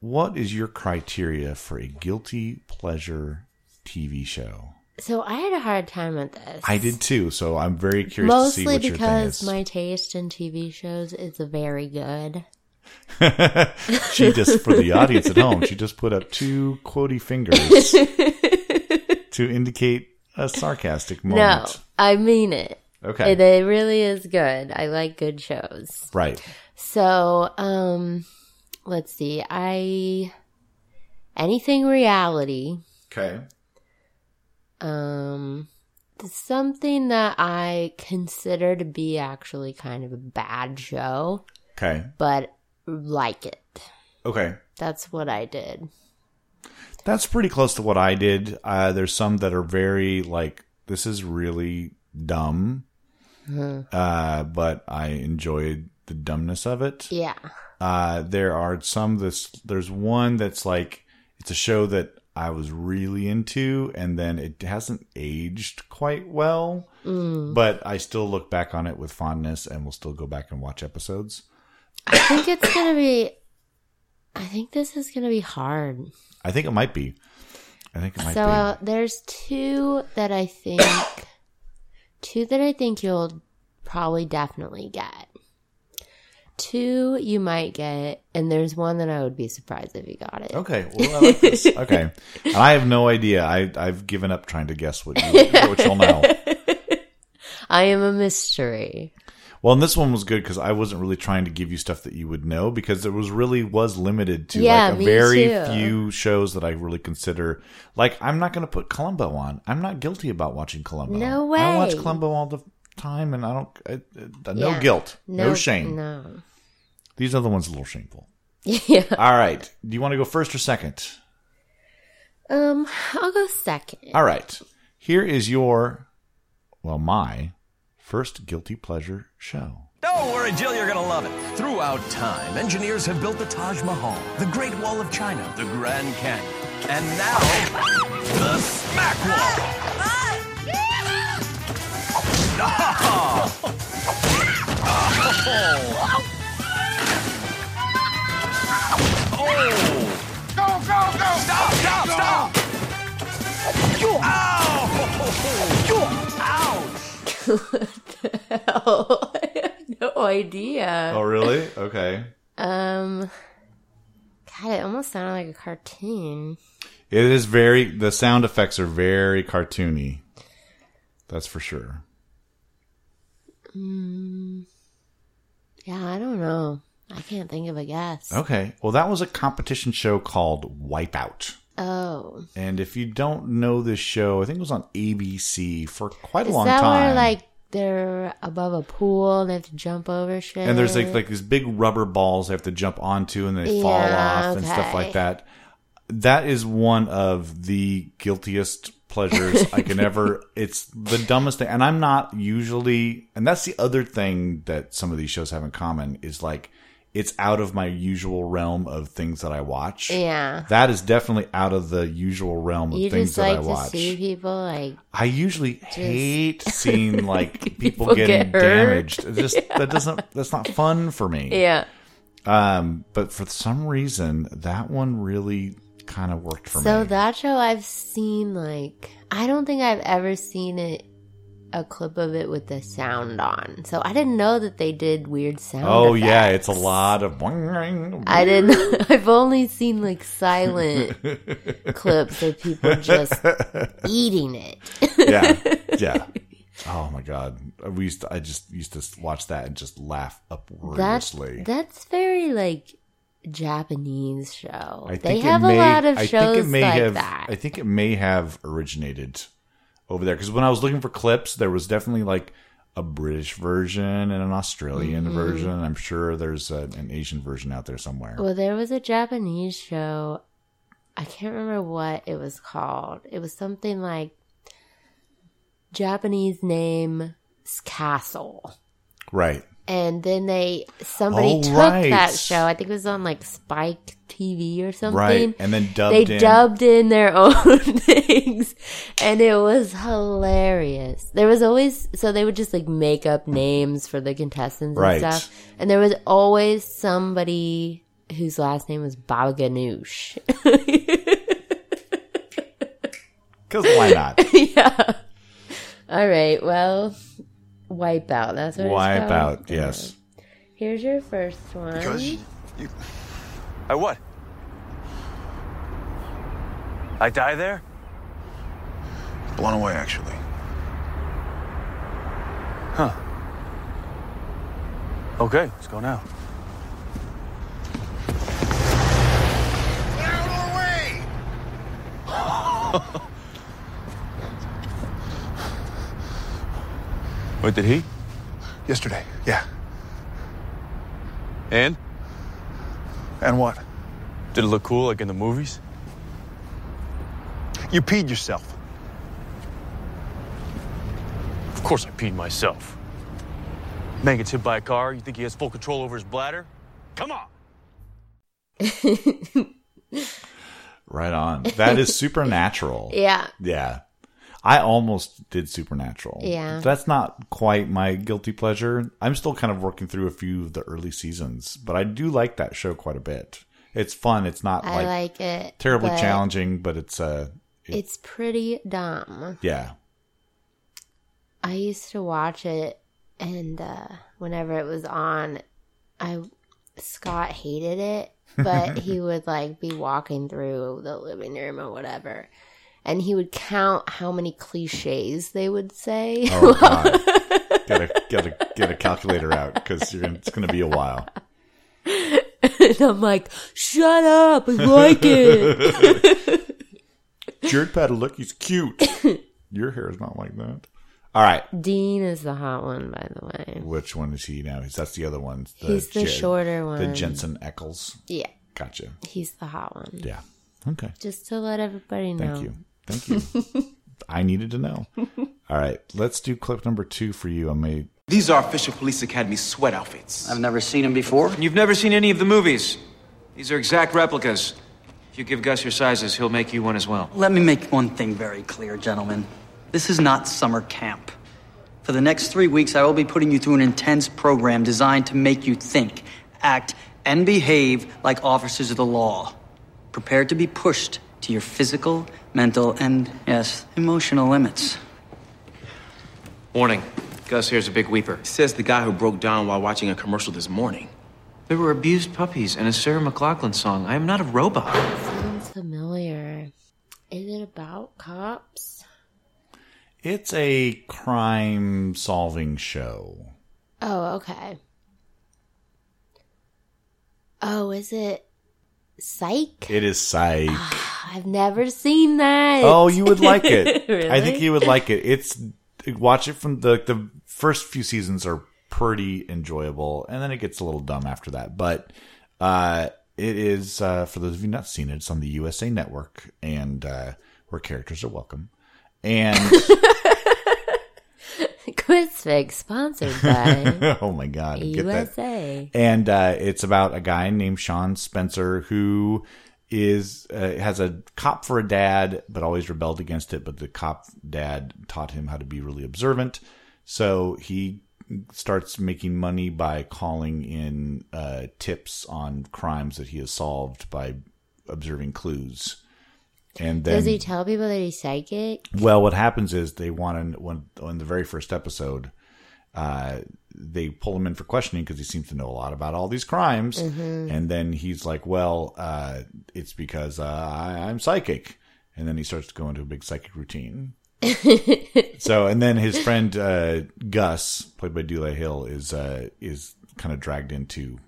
what is your criteria for a guilty pleasure TV show? So I had a hard time with this. I did too, so I'm very curious to see Mostly what your thing because is. my taste in TV shows is very good. she just, for the audience at home, she just put up two quotey fingers to indicate a sarcastic No, moment. I mean it. Okay. It, it really is good. I like good shows. Right. So, um, let's see. I anything reality. Okay. Um, something that I consider to be actually kind of a bad show, Okay. but like it. Okay. That's what I did. That's pretty close to what I did. Uh, there's some that are very like this is really dumb, Mm-hmm. uh, but I enjoyed the dumbness of it. Yeah. Uh, there are some this there's one that's like it's a show that I was really into, and then it hasn't aged quite well, Mm. Mm-hmm. but I still look back on it with fondness, and will still go back and watch episodes. I think it's gonna be. I think this is gonna be hard. I think it might be. I think it might So be. uh, there's two that I think, two that I think you'll probably definitely get. Two you might get, and there's one that I would be surprised if you got it. Okay. Well, I like this. Okay. And I have no idea. I, I've given up trying to guess what you, what you'll know. I am a mystery. Well, and this one was good because I wasn't really trying to give you stuff that you would know because it was really was limited to Yeah, like a me very too. few shows that I really consider. Like, I'm not going to put Columbo on. I'm not guilty about watching Columbo. No I watch way. Columbo all the time, and I don't. I, I- no Yeah. guilt, no, shame. No. These are the ones a little shameful. Yeah. All right. Do you want to go first or second? Um, I'll go second. All right. Here is your, well, my first guilty pleasure show. Don't worry, Jill, you're going to love it. Throughout time, engineers have built the Taj Mahal, the Great Wall of China, the Grand Canyon, and now the Smack Wall. Oh. Oh. Stop, stop, stop. Ow. Ouch. Oh, I have no idea. Oh, really? Okay. Um, God, it almost sounded like a cartoon. It is very. The sound effects are very cartoony. That's for sure. Yeah, I don't know. I can't think of a guess. Okay. Well, that was a competition show called Wipeout. Oh, And if you don't know this show, I think it was on ABC for quite a is long that time. where like they're above a pool and they have to jump over shit? and there's like like these big rubber balls they have to jump onto and they fall Yeah, off and stuff like okay. that. That is one of the guiltiest pleasures I can ever. It's the dumbest thing, and I'm not usually. And that's the other thing that some of these shows have in common is like it's out of my usual realm of things that I watch. yeah, That is definitely out of the usual realm of you things just that like I to watch. see people like I usually hate seeing like people, People getting get hurt. damaged. It just that doesn't that's not fun for me. yeah. Um, but for some reason, that one really kind of worked for So me. that show I've seen like I don't think I've ever seen it a clip of it with the sound on. So I didn't know that they did weird sound. oh yeah, effects. it's a lot of. I I didn't. I've only seen like silent clips of people just eating it. yeah, yeah. Oh my god, we used to, I just used to watch that and just laugh That's uproariously. that's very like Japanese show. I they think it have a may- lot of I shows think it may like have, that. I think it may have originated over there because when I was looking for clips, there was definitely like a British version and an Australian Mm-hmm. version. I'm sure there's a, an Asian version out there somewhere. Well, there was a Japanese show. I can't remember what it was called. It was something like Japanese name Castle. right. And then they somebody Oh, took right. that show. I think it was on like Spike TV or something. Right, and then dubbed they in- dubbed in their own things, and it was hilarious. There was always so they would just like make up names for the contestants Right. and stuff, and there was always somebody whose last name was Baba Ganoush. Because why not? yeah. All right. Well, wipe out. That's what it's Wipe called. out. Yes. Here's your first one. you. I what? I die there? Blown away, actually. Okay, let's go now. Out of the way! Wait, did he? Yesterday, yeah. And? And what? Did it look cool like in the movies? You peed yourself. Of course I peed myself. Man gets hit by a car. You think he has full control over his bladder? Come on! Right on. That is supernatural. Yeah. Yeah. I almost did Supernatural. Yeah. That's not quite my guilty pleasure. I'm still kind of working through a few of the early seasons, but I do like that show quite a bit. It's fun. It's not I like, like it. terribly but challenging, but it's uh It's pretty dumb. yeah. I used to watch it, and uh, whenever it was on, I Scott hated it, but he would like be walking through the living room or whatever, and he would count how many cliches they would say. Oh god. gotta gotta get a calculator out because you're gonna, it's gonna be a while. and I'm like, shut up, I like it. Jared Padalecki's cute. Your hair is not like that. All right. Dean is the hot one, by the way. Which one is he now? He's that's the other one. He's the shorter The one. Jensen Eccles. Yeah, Gotcha. he's the hot one. Yeah. Okay. Just to let everybody know. Thank you. Thank you. I needed to know. All right. Let's do clip number two for you. I may These are official police academy sweat outfits. I've never seen him before. You've never seen any of the movies. These are exact replicas. If you give Gus your sizes, he'll make you one as well. Let me make one thing very clear, gentlemen. This is not summer camp. For the next three weeks, I will be putting you through an intense program designed to make you think, act, and behave like officers of the law. Prepared to be pushed to your physical, mental, and, yes, emotional limits. Warning Gus here's a big weeper. Says the guy who broke down while watching a commercial this morning. There were abused puppies and a Sarah McLaughlin song. I am not a robot. Sounds familiar. Is it about cops? it's a crime solving show. Oh, okay. Oh, is it Psych? It is psych. I've never seen that. Oh, you would like it. I Really? think you would like it. It's watch it from the the first few seasons are pretty enjoyable, and then it gets a little dumb after that. But uh, it is uh, for those of you not seen it, it's on the USA Network, and uh, where characters are welcome. And Quizfig sponsored by oh my god, get that USA. and uh, it's about a guy named Sean Spencer who is uh, has a cop for a dad, but always rebelled against it. But the cop dad taught him how to be really observant, so he starts making money by calling in uh, tips on crimes that he has solved by observing clues. And then Does he tell people that he's psychic? well, what happens is they want to, when on the very first episode, uh, they pull him in for questioning because he seems to know a lot about all these crimes, and then he's like, "Well, uh, it's because uh, I, I'm psychic," and then he starts to go into a big psychic routine. so, and then his friend uh, Gus, played by Dula Hill, is uh, is kind of dragged into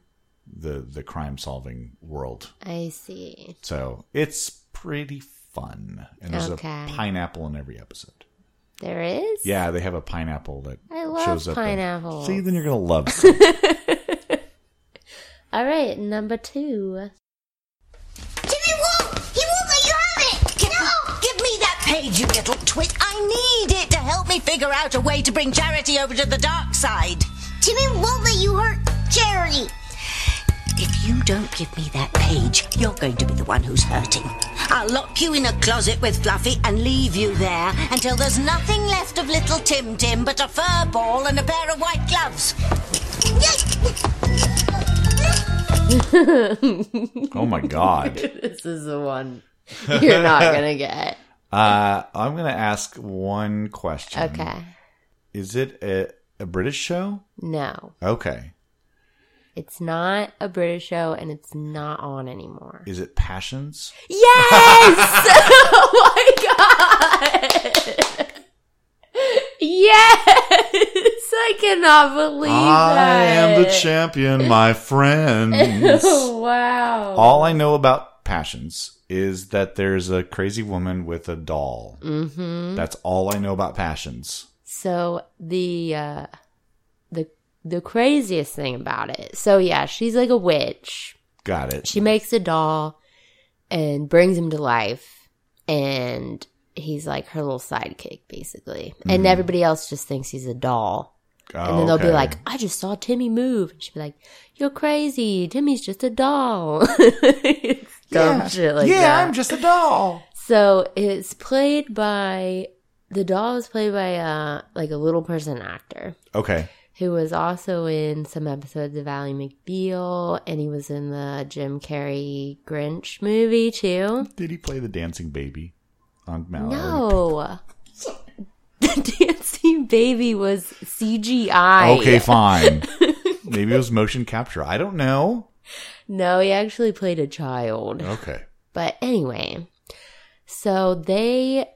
the the crime solving world. I see. So it's pretty fun, and there's Okay. a pineapple in every episode. There is? Yeah, they have a pineapple that I love shows up. in- pineapples. See, then you're gonna love. it. All right, number two. Jimmy won't! He won't let you have it! No! Give me that page, you little twit! I need it to help me figure out a way to bring charity over to the dark side. Jimmy won't let you hurt charity! If you don't give me that page, you're going to be the one who's hurting. I'll lock you in a closet with Fluffy and leave you there until there's nothing left of little Tim Tim but a fur ball and a pair of white gloves. oh my god! This is the one you're not going to get. Uh, I'm gonna ask one question. Okay. Is it a, a British show? No, Okay. it's not a British show and it's not on anymore. Is it Passions? Yes! oh my god! Yes! I cannot believe I that. am the champion, my friends. Oh, wow. All I know about Passions is that there's a crazy woman with a doll. Mm-hmm. That's all I know about Passions. so the uh, the the craziest thing about it. So yeah, she's like a witch. Got it. She makes a doll and brings him to life, and he's like her little sidekick, basically. Mm. And everybody else just thinks he's a doll. And then they'll be Oh, Okay. like, I just saw Timmy move. And she'll be like, You're crazy. Timmy's just a doll. Dumb shit like yeah, that. I'm just a doll. so it's played by, the doll is played by uh, like a little person actor Okay. who was also in some episodes of Ally McBeal and he was in the Jim Carrey Grinch movie too. Did he play the dancing baby on Mallory? No. The dancing baby was CGI. Okay, fine. Maybe it was motion capture. I don't know. No, he actually played a child. Okay. But anyway, so they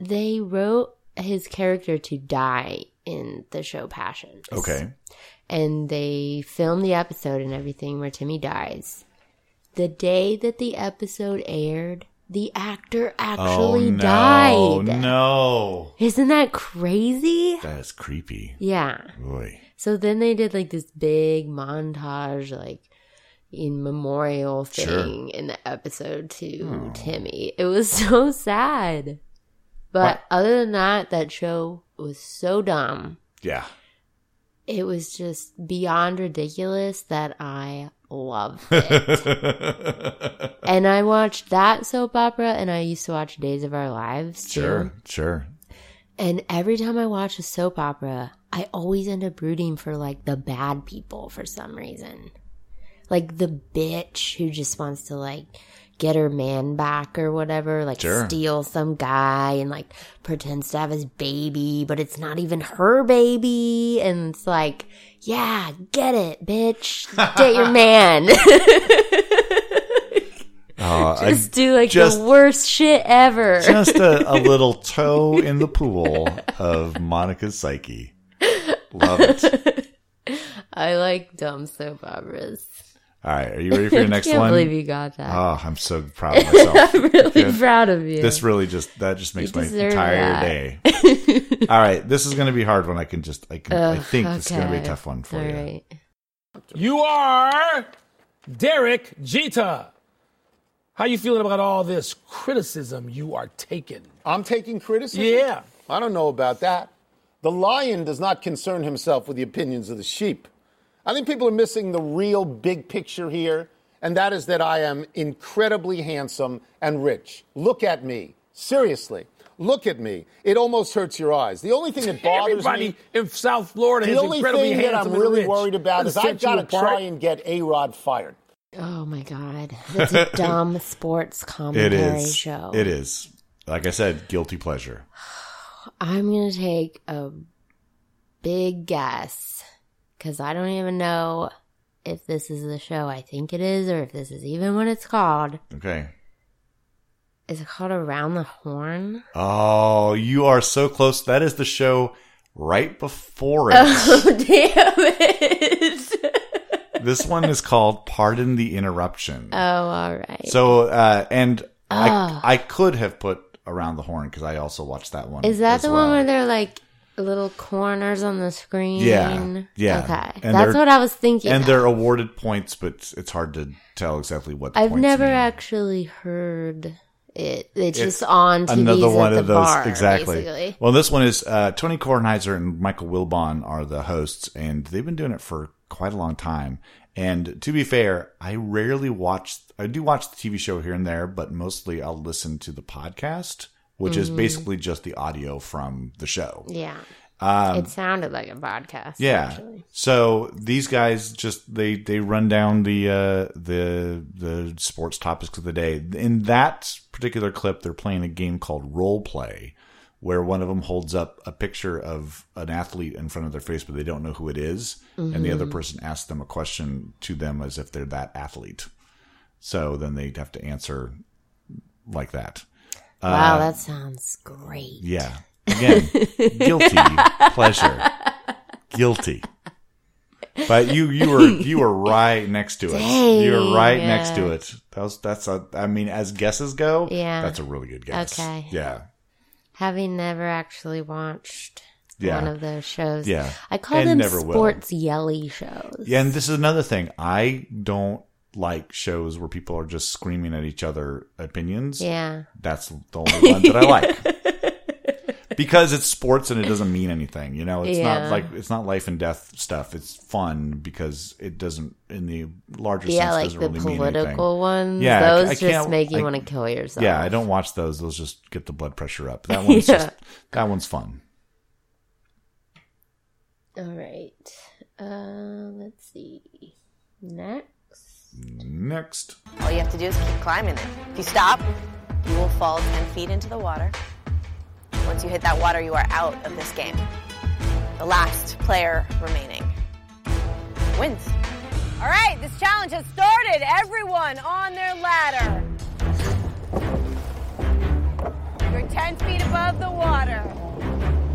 they wrote his character to die in the show Passion. Okay. And they filmed the episode and everything where Timmy dies. The day that the episode aired, the actor actually oh, no, died. No. Isn't that crazy? That is creepy. Yeah. Boy. So then they did like this big montage, like in memorial Sure. Hmm. thing in the episode to Timmy. It was so sad. But other than that, that show was so dumb. Yeah. It was just beyond ridiculous that I loved it. and I watched that soap opera and I used to watch Days of Our Lives too. Sure. Sure. And every time I watch a soap opera, I always end up rooting for like the bad people for some reason. Like the bitch who just wants to like get her man back or whatever, like Sure. steal some guy and like pretends to have his baby, but it's not even her baby. And it's like, yeah, get it, bitch. Get your man. Uh, I- just do like just- the worst shit ever. just a, a little toe in the pool of Monica's psyche. Love it. I like dumb soap operas. All right. Are you ready for your next I can't one? believe you got that. Oh, I'm so proud of myself. I'm really Yeah. proud of you. This really just that just makes my deserve entire that. day. All right, this is going to be a hard one. I can just I can I Ugh, think this is going to be a okay. tough one for All you. right. You are Derek Jeter. How you feeling about all this criticism you are taking? I'm taking criticism? Yeah. I don't know about that. The lion does not concern himself with the opinions of the sheep. I think people are missing the real big picture here, and that is that I am incredibly handsome and rich. Look at me. Seriously. Look at me. It almost hurts your eyes. The only thing that bothers Everybody me in South Florida the is only incredibly thing that handsome I'm and really rich. worried about Doesn't is I've set you got to apart. try and get A-Rod fired. Oh my god, that's a dumb sports It commentary is. show. It is. Like I said, guilty pleasure. I'm gonna take a big guess because I don't even know if this is the show I think it is, or if this is even what it's called. Okay. Is it called Around the Horn? Oh, you are so close. That is the show right before it. Oh damn it! this one is called Pardon the Interruption. oh, all right. So, uh, and Ah. I, I could have put Around the Horn because I also watched that one. is that as the well. one where they're like little corners on the screen? Yeah, yeah. Okay, And that's they're- what I was thinking. And of. they're awarded points, but it's hard to tell exactly what. The I've points never mean. actually heard it. It's, It's just on TVs another one at the of those bar, exactly. basically. Well, this one is uh, Tony Kornheiser and Michael Wilbon are the hosts, and they've been doing it for quite a long time. And to be fair, I rarely watch. I do watch the TV show here and there, but mostly I'll listen to the podcast, which is Mhm. basically just the audio from the show. Yeah, Um, it sounded like a podcast. yeah. actually. So these guys just they they run down the uh, the the sports topics of the day. In that particular clip, they're playing a game called role play, where one of them holds up a picture of an athlete in front of their face, but they don't know who it is, and the Mhm. other person asks them a question to them as if they're that athlete. So then they have to answer like that. Wow, Uh, that sounds great. yeah. Again, guilty pleasure. Guilty. But you you were you were right next to it. You were right Dang. next to it. That was that's a I mean as guesses go, Yeah. that's a really good guess. Okay. Yeah. Having never actually watched Yeah. one of those shows. Yeah. I call And them never will. sports yelly shows. Yeah, and this is another thing. I don't like shows where people are just screaming at each other opinions. Yeah. That's the only one that I like. Because it's sports and it doesn't mean anything, you know. It's Yeah. not like it's not life and death stuff. It's fun because it doesn't, in the larger Yeah, sense, like doesn't the really mean anything. political ones. Yeah, I- those I just can't- make you I- want to kill yourself. Yeah, I don't watch those. Those just get the blood pressure up. That one's Yeah. just that one's fun. All right. Uh, let's see. Next. Next, All you have to do is keep climbing it. If you stop, you will fall 10 feet into the water. Once you hit that water, you are out of this game. The last player remaining. wins. All right, this challenge has started. Everyone on their ladder. You're 10 feet above the water.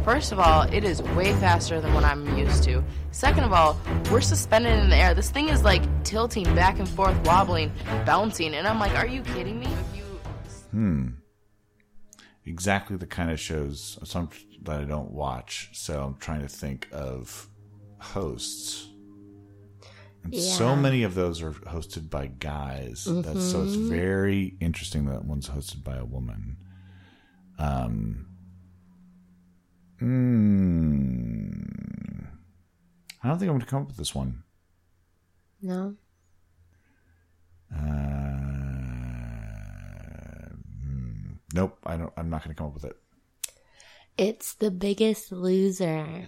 First of all, it is way faster than what I'm used to. Second of all, we're suspended in the air. This thing is like tilting back and forth, wobbling, bouncing, and I'm like, are you kidding me? Hmm. Exactly the kind of shows some that I don't watch. So I'm trying to think of hosts. And so Yeah. many of those are hosted by guys. That's so it's Mhm. very interesting that one's hosted by a woman. Um hmm. I don't think I'm gonna come up with this one. No. Uh, hmm. nope, I don't I'm not gonna come up with it. It's the biggest loser.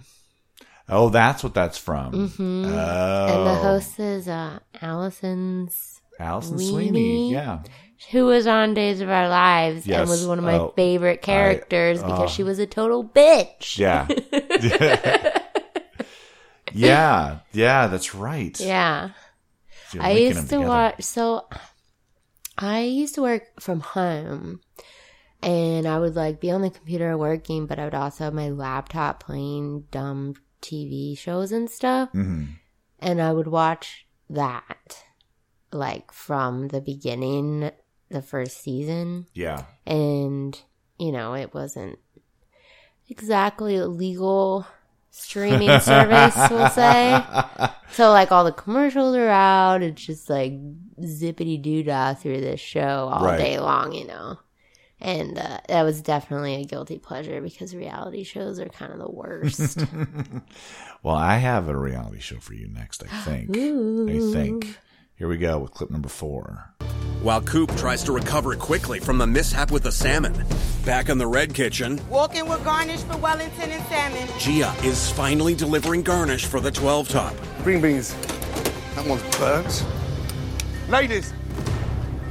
Oh, that's what that's from. hmm Oh. And the host is uh, Allison's Allison Sweeney, Sweeney, yeah. who was on Days of Our Lives Yes. and was one of my Oh, favorite I- characters oh. because she was a total bitch. Yeah. yeah, yeah, that's right. Yeah. You're I linking used to them watch. So I used to work from home, and I would like be on the computer working, but I would also have my laptop playing dumb TV shows and stuff, Mhm. and I would watch that like from the beginning, the first season. Yeah. and you know it wasn't exactly a legal streaming service we'll say so like all the commercials are out it's just like zippity doodah through this show all Right. day long you know and uh, that was definitely a guilty pleasure because reality shows are kind of the worst Well, I have a reality show for you next, I think. I think. Here we go with clip number four. While Coop tries to recover quickly from the mishap with the salmon, back in the Red Kitchen, Walking with garnish for Wellington and salmon. Gia is finally delivering garnish for the 12 top. Green beans. That one's burnt. Ladies,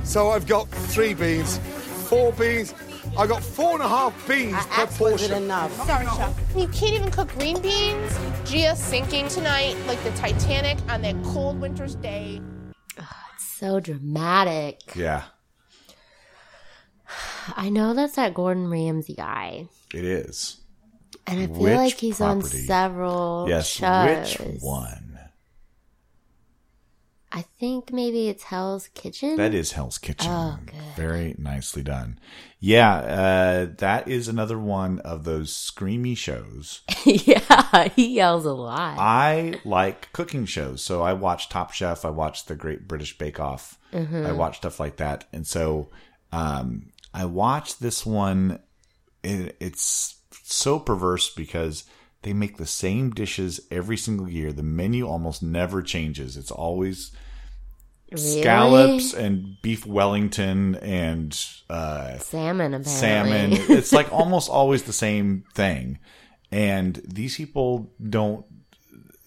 so I've got three beans, four beans. I got four and a half beans per portion. enough. Sorry, Chuck. You can't even cook green beans. Gia sinking tonight, like the Titanic on that cold winter's day. so dramatic Yeah, i know that's that gordon ramsay guy it is. and i feel Which like he's property- on several Yes, shows which one? I think maybe it's Hell's Kitchen. That is Hell's Kitchen. Oh, Very nicely done. Yeah, uh, that is another one of those screamy shows. yeah, he yells a lot. I like cooking shows, so I watch Top Chef. I watch The Great British Bake Off. Mhm. I watch stuff like that, and so um, I watched this one. It, it's so perverse because they make the same dishes every single year. The menu almost never changes. It's always Really? scallops and beef Wellington and uh, Salmon, apparently. salmon. it's like almost always the same thing, and these people don't.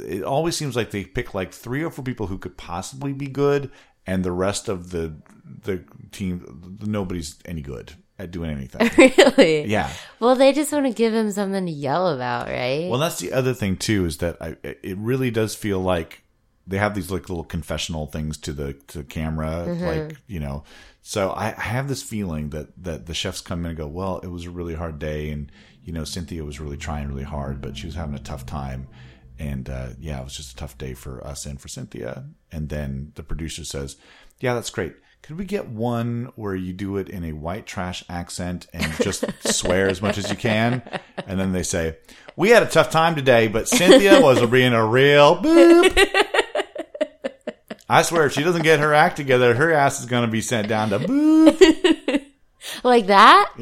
It always seems like they pick like three or four people who could possibly be good, and the rest of the the team nobody's any good at doing anything. really? Yeah. Well, they just want to give him something to yell about, right? Well, that's the other thing too is that I, it really does feel like they have these like little confessional things to the to the camera, Mhm. like you know. So I, I have this feeling that that the chefs come in and go, well, it was a really hard day, and you know Cynthia was really trying really hard, but she was having a tough time, and uh, yeah, it was just a tough day for us and for Cynthia. And then the producer says, yeah, that's great. Could we get one where you do it in a white trash accent and just swear as much as you can? And then they say, We had a tough time today, but Cynthia was being a real boop. I swear, if she doesn't get her act together, her ass is going to be sent down to boop. like that?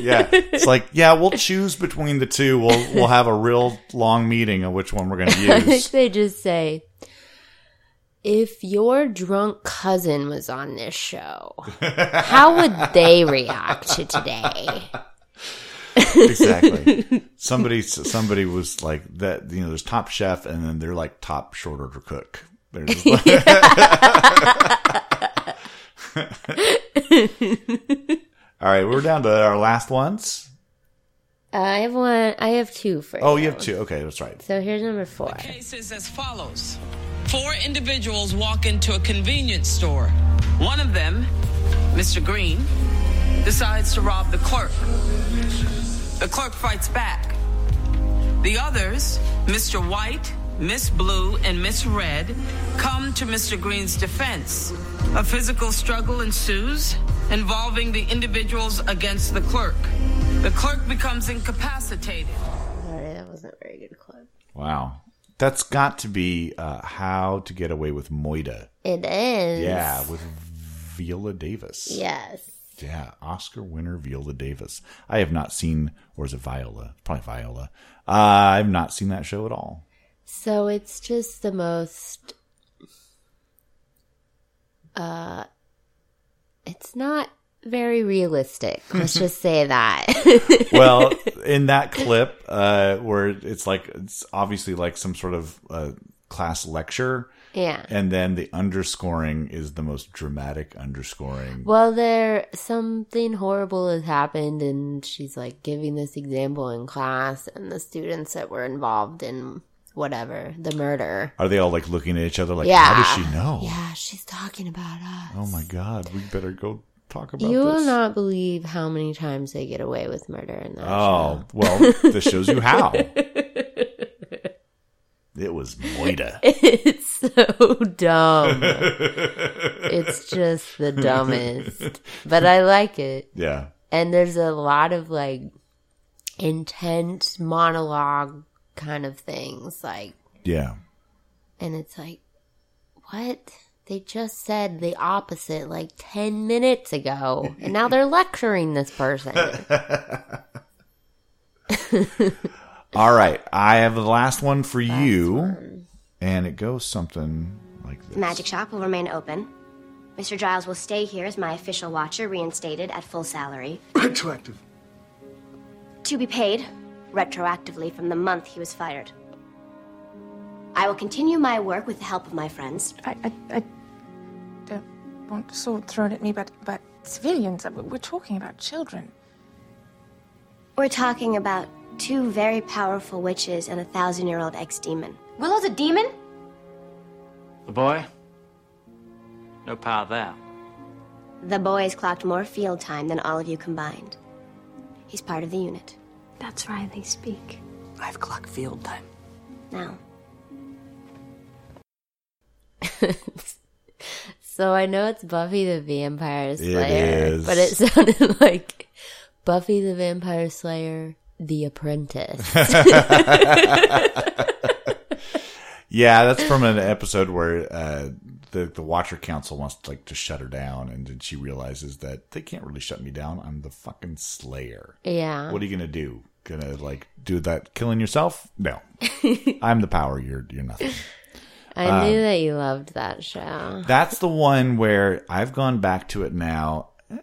Yeah. It's like, yeah, we'll choose between the two. We'll, we'll have a real long meeting on which one we're going I to think use. they just say, if your drunk cousin was on this show, how would they react to today? exactly. Somebody somebody was like that. You know, there's Top Chef, and then they're like Top Short Order Cook. They're just like- All right, we're down to our last ones. Uh, I have one. I have two for Oh, you you. have two. Okay, that's right. So here's number four. Case is as follows Four individuals walk into a convenience store. One of them, Mr. Green, decides to rob the clerk. The clerk fights back. The others, Mr. White, Miss Blue, and Miss Red, come to Mr. Green's defense. A physical struggle ensues involving the individuals against the clerk. The clerk becomes incapacitated. Sorry, that wasn't a very good clip. Wow. That's got to be uh, How to Get Away with Moida. It is. Yeah, with Viola Davis. Yes. Yeah, Oscar winner Viola Davis. I have not seen, or is it Viola? Probably Viola. Uh, I've not seen that show at all. So it's just the most. Uh, it's not very realistic. Let's just say that. well, in that clip, uh, where it's like it's obviously like some sort of uh, class lecture, Yeah. and then the underscoring is the most dramatic underscoring. Well, there something horrible has happened, and she's like giving this example in class, and the students that were involved in whatever the murder. Are they all like looking at each other like, yeah, how does she know? Yeah, she's talking about us. Oh my god, we better go talk about You will Oh, this. not believe how many times they get away with murder in that. oh, show. well, this shows you how. it was Moida. It's so dumb. it's just the dumbest. But I like it. Yeah. And there's a lot of like intense monologue kind of things. Like, Yeah. and it's like, what? They just said the opposite like 10 minutes ago. And now they're lecturing this person. All right, I have the last one for you, and it goes something like The magic shop will remain open. Mr. Giles will stay here as my official watcher, reinstated at full salary. Retroactive. To be paid retroactively from the month he was fired. I will continue my work with the help of my friends. I, I, I don't want sword thrown at me, but but civilians. uh, We're talking about children. We're talking about two very powerful witches and a thousand year old ex demon. Willow's a demon? The boy? No power there. The boy's clocked more field time than all of you combined. He's part of the unit. That's why they speak. I've clocked field time. Now, so I know it's Buffy the Vampire It Slayer, is. but it sounded like Buffy the Vampire Slayer, The Apprentice. Yeah, that's from an episode where uh, the the Watcher Council wants like to shut her down, and then she realizes that they can't really shut me down. I'm the fucking Slayer. Yeah. What are you gonna do? Gonna like do that killing yourself? No, I'm the power. You're you're nothing. I Uh, knew that you loved that show. That's the one where I've gone back to it now, and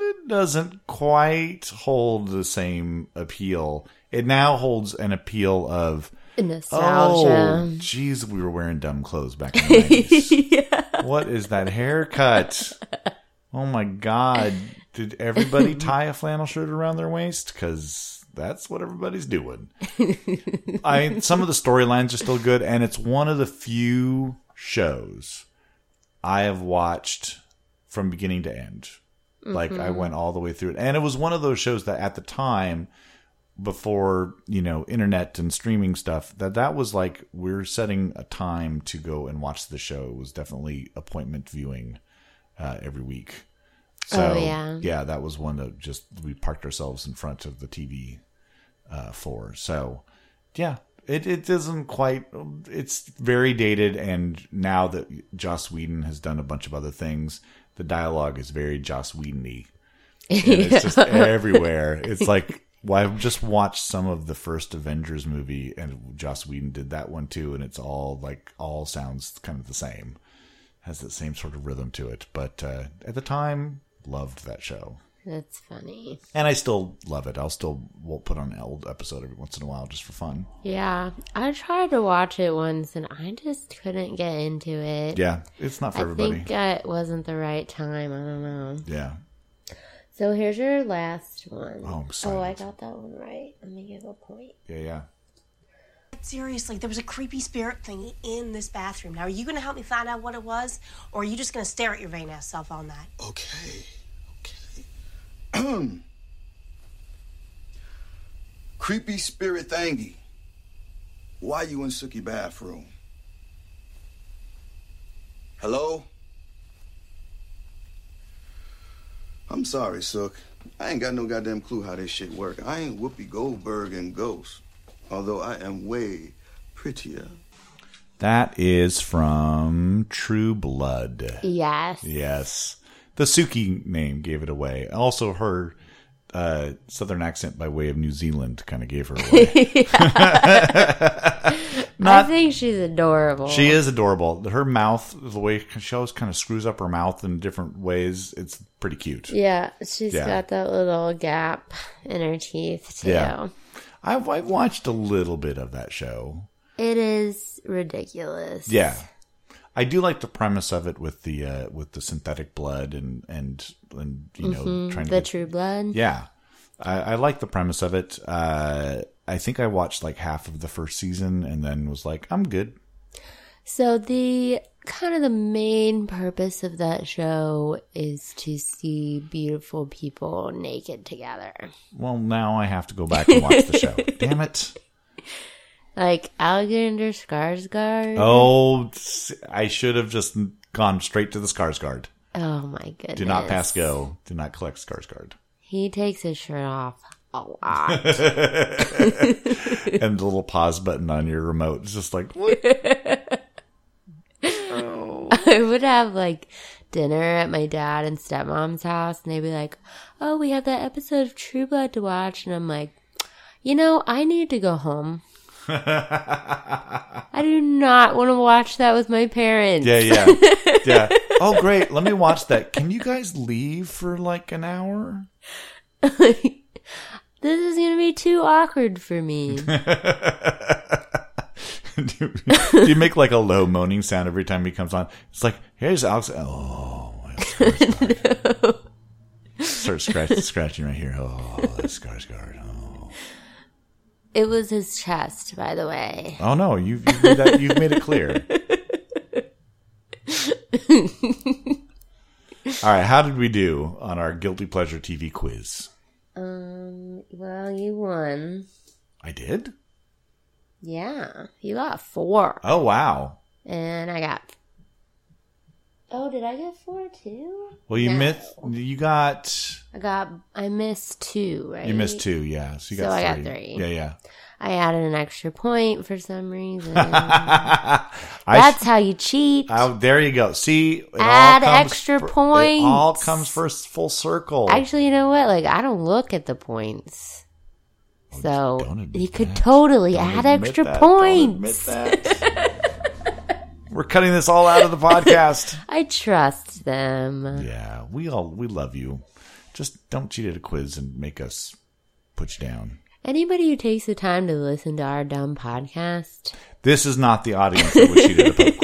it doesn't quite hold the same appeal. It now holds an appeal of Nostalgia. Oh, jeez, we were wearing dumb clothes back in the nineties. What is that haircut? Oh my god! Did everybody tie a flannel shirt around their waist? Because that's what everybody's doing. I some of the storylines are still good, and it's one of the few shows I have watched from beginning to end. Like I Mhm. went all the way through it, and it was one of those shows that at the time, before you know internet and streaming stuff, that that was like we're setting a time to go and watch the show. It was definitely appointment viewing uh, every week. So Oh, yeah. that was one that just we parked ourselves in front of the TV uh, for. So yeah, it it doesn't quite. It's very dated, and now that Joss Whedon has done a bunch of other things, the dialogue is very Joss Whedon-y. And It's just Yeah. everywhere. It's like. Well, I've just watched some of the first Avengers movie, and Joss Whedon did that one too, and it's all like all sounds kind of the same, has that same sort of rhythm to it. But uh, at the time, loved that show. That's funny. And I still love it. I'll still will put on an old episode every once in a while just for fun. Yeah, I tried to watch it once and I just couldn't get into it. Yeah, it's not for I everybody. think uh, it wasn't the right time. I don't know. Yeah. So here's your last one. Oh, I'm oh, I silent. got that one right. Let me give a point. Yeah, yeah. But seriously, there was a creepy spirit thingy in this bathroom. Now, are you going to help me find out what it was, or are you just going to stare at your vain ass self all night? Okay. Okay. Creepy spirit thingy. Why you in Suki bathroom? Hello? I'm sorry, Sook. I ain't got no goddamn clue how this shit work. I ain't Whoopi Goldberg and Ghost. Although I am way prettier. That is from True Blood. Yes. Yes. The Suki name gave it away. Also, her uh, southern accent by way of New Zealand kind of gave her away. I think she's adorable. She is adorable. Her mouth, the way she always kind of screws up her mouth in different ways, it's pretty cute. Yeah, she's Yeah. got that little gap in her teeth too. Yeah. I've, I've watched a little bit of that show. It is ridiculous. Yeah, I do like the premise of it with the uh, with the synthetic blood and and and you know Mhm, trying to the get- True Blood. Yeah, I, I like the premise of it. Uh, I think I watched like half of the first season and then was like, I'm good. So the kind of the main purpose of that show is to see beautiful people naked together. Well, now I have to go back and watch the show. Damn it! Like Alexander Skarsgård. Oh, I should have just gone straight to the Skarsgård. Oh my goodness. Do not pass go. Do not collect Skarsgård. He takes his shirt off a lot. and the little pause button on your remote is just like what? I would have like dinner at my dad and stepmom's house, and they'd be like, "Oh, we have that episode of True Blood to watch," and I'm like, "You know, I need to go home. I do not want to watch that with my parents." Yeah, yeah, yeah. Oh, great. Let me watch that. Can you guys leave for like an hour? this is gonna be too awkward for me. do, do you make like a low moaning sound every time he comes on? It's like, here's Alex. Oh, Skarsgård. Start scratch, scratching right here. Oh, that's Skarsgård. Oh. it was his chest, by the way. oh no, you've you've made, that, you've made it clear. All right, how did we do on our guilty pleasure TV quiz? Um. Well, you won. I did. Yeah, you got four, Oh wow. and I got. Oh, did I get four too? Well, you No. missed. You got. I got I missed two, right? You missed two. Yeah. So you got So I three. got three. Yeah, yeah. I added an extra point for some reason. I That's how you cheat. Oh, there you go. See, it Add all comes extra fir- It points. all comes first full circle. Actually, you know what? Like I don't look at the points. Oh, So he could totally add admit extra that. Don't admit points. We're cutting this all out of the podcast. I trust them. yeah, we all we love you. Just don't cheat at a quiz and make us put you down. Anybody who takes the time to listen to our dumb podcast, This is not the audience that was cheated at a pub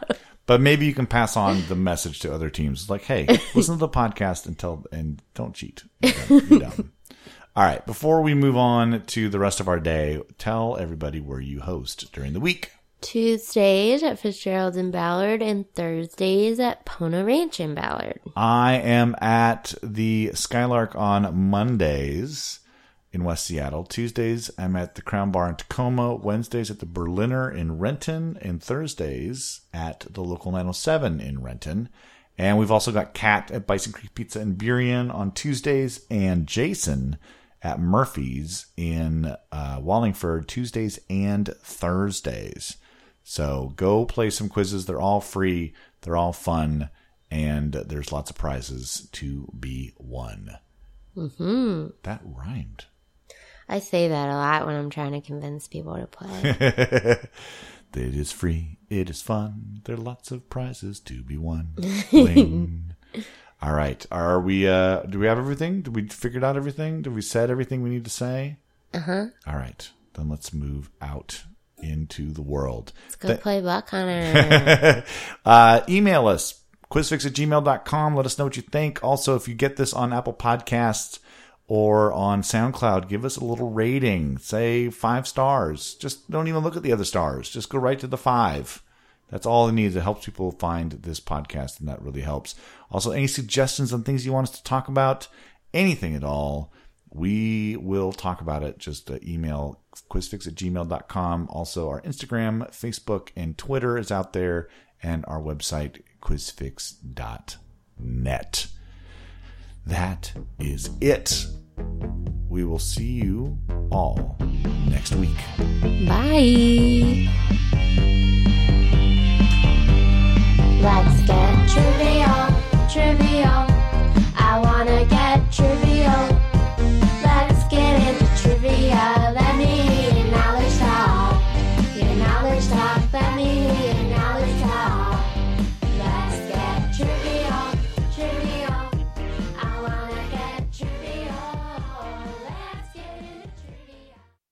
quiz. But maybe you can pass on the message to other teams, like, "Hey, listen to the podcast and tell and don't cheat." You're dumb. You're dumb. All right. Before we move on to the rest of our day, tell everybody where you host during the week. Tuesdays at Fitzgerald and Ballard, and Thursdays at Pono Ranch in Ballard. I am at the Skylark on Mondays in West Seattle. Tuesdays, I'm at the Crown Bar in Tacoma. Wednesdays, at the Berliner in Renton. And Thursdays, at the Local 907 in Renton. And we've also got Kat at Bison Creek Pizza in Burien on Tuesdays, and Jason at Murphy's in uh, Wallingford Tuesdays and Thursdays. So go play some quizzes. They're all free, they're all fun, and there's lots of prizes to be won. hmm That rhymed. I say that a lot when I'm trying to convince people to play. it is free. It is fun. There are lots of prizes to be won. Bling. All right. Are we? Uh, do we have everything? Did we figured out everything? Did we said everything we need to say? uh huh. All right. Then let's move out into the world. Let's go Th- play Buck Hunter. uh, email us, quizfix at gmail.com. Let us know what you think. Also, if you get this on Apple Podcasts or on SoundCloud, give us a little rating. Say five stars. Just don't even look at the other stars. Just go right to the five. That's all it needs. It helps people find this podcast, and that really helps. Also, any suggestions on things you want us to talk about, anything at all, we will talk about it. Just uh, email quizfix at gmail.com. Also, our Instagram, Facebook, and Twitter is out there, and our website, quizfix.net. That is it. We will see you all next week. Bye. Let's get trivial, trivial. I wanna get trivial.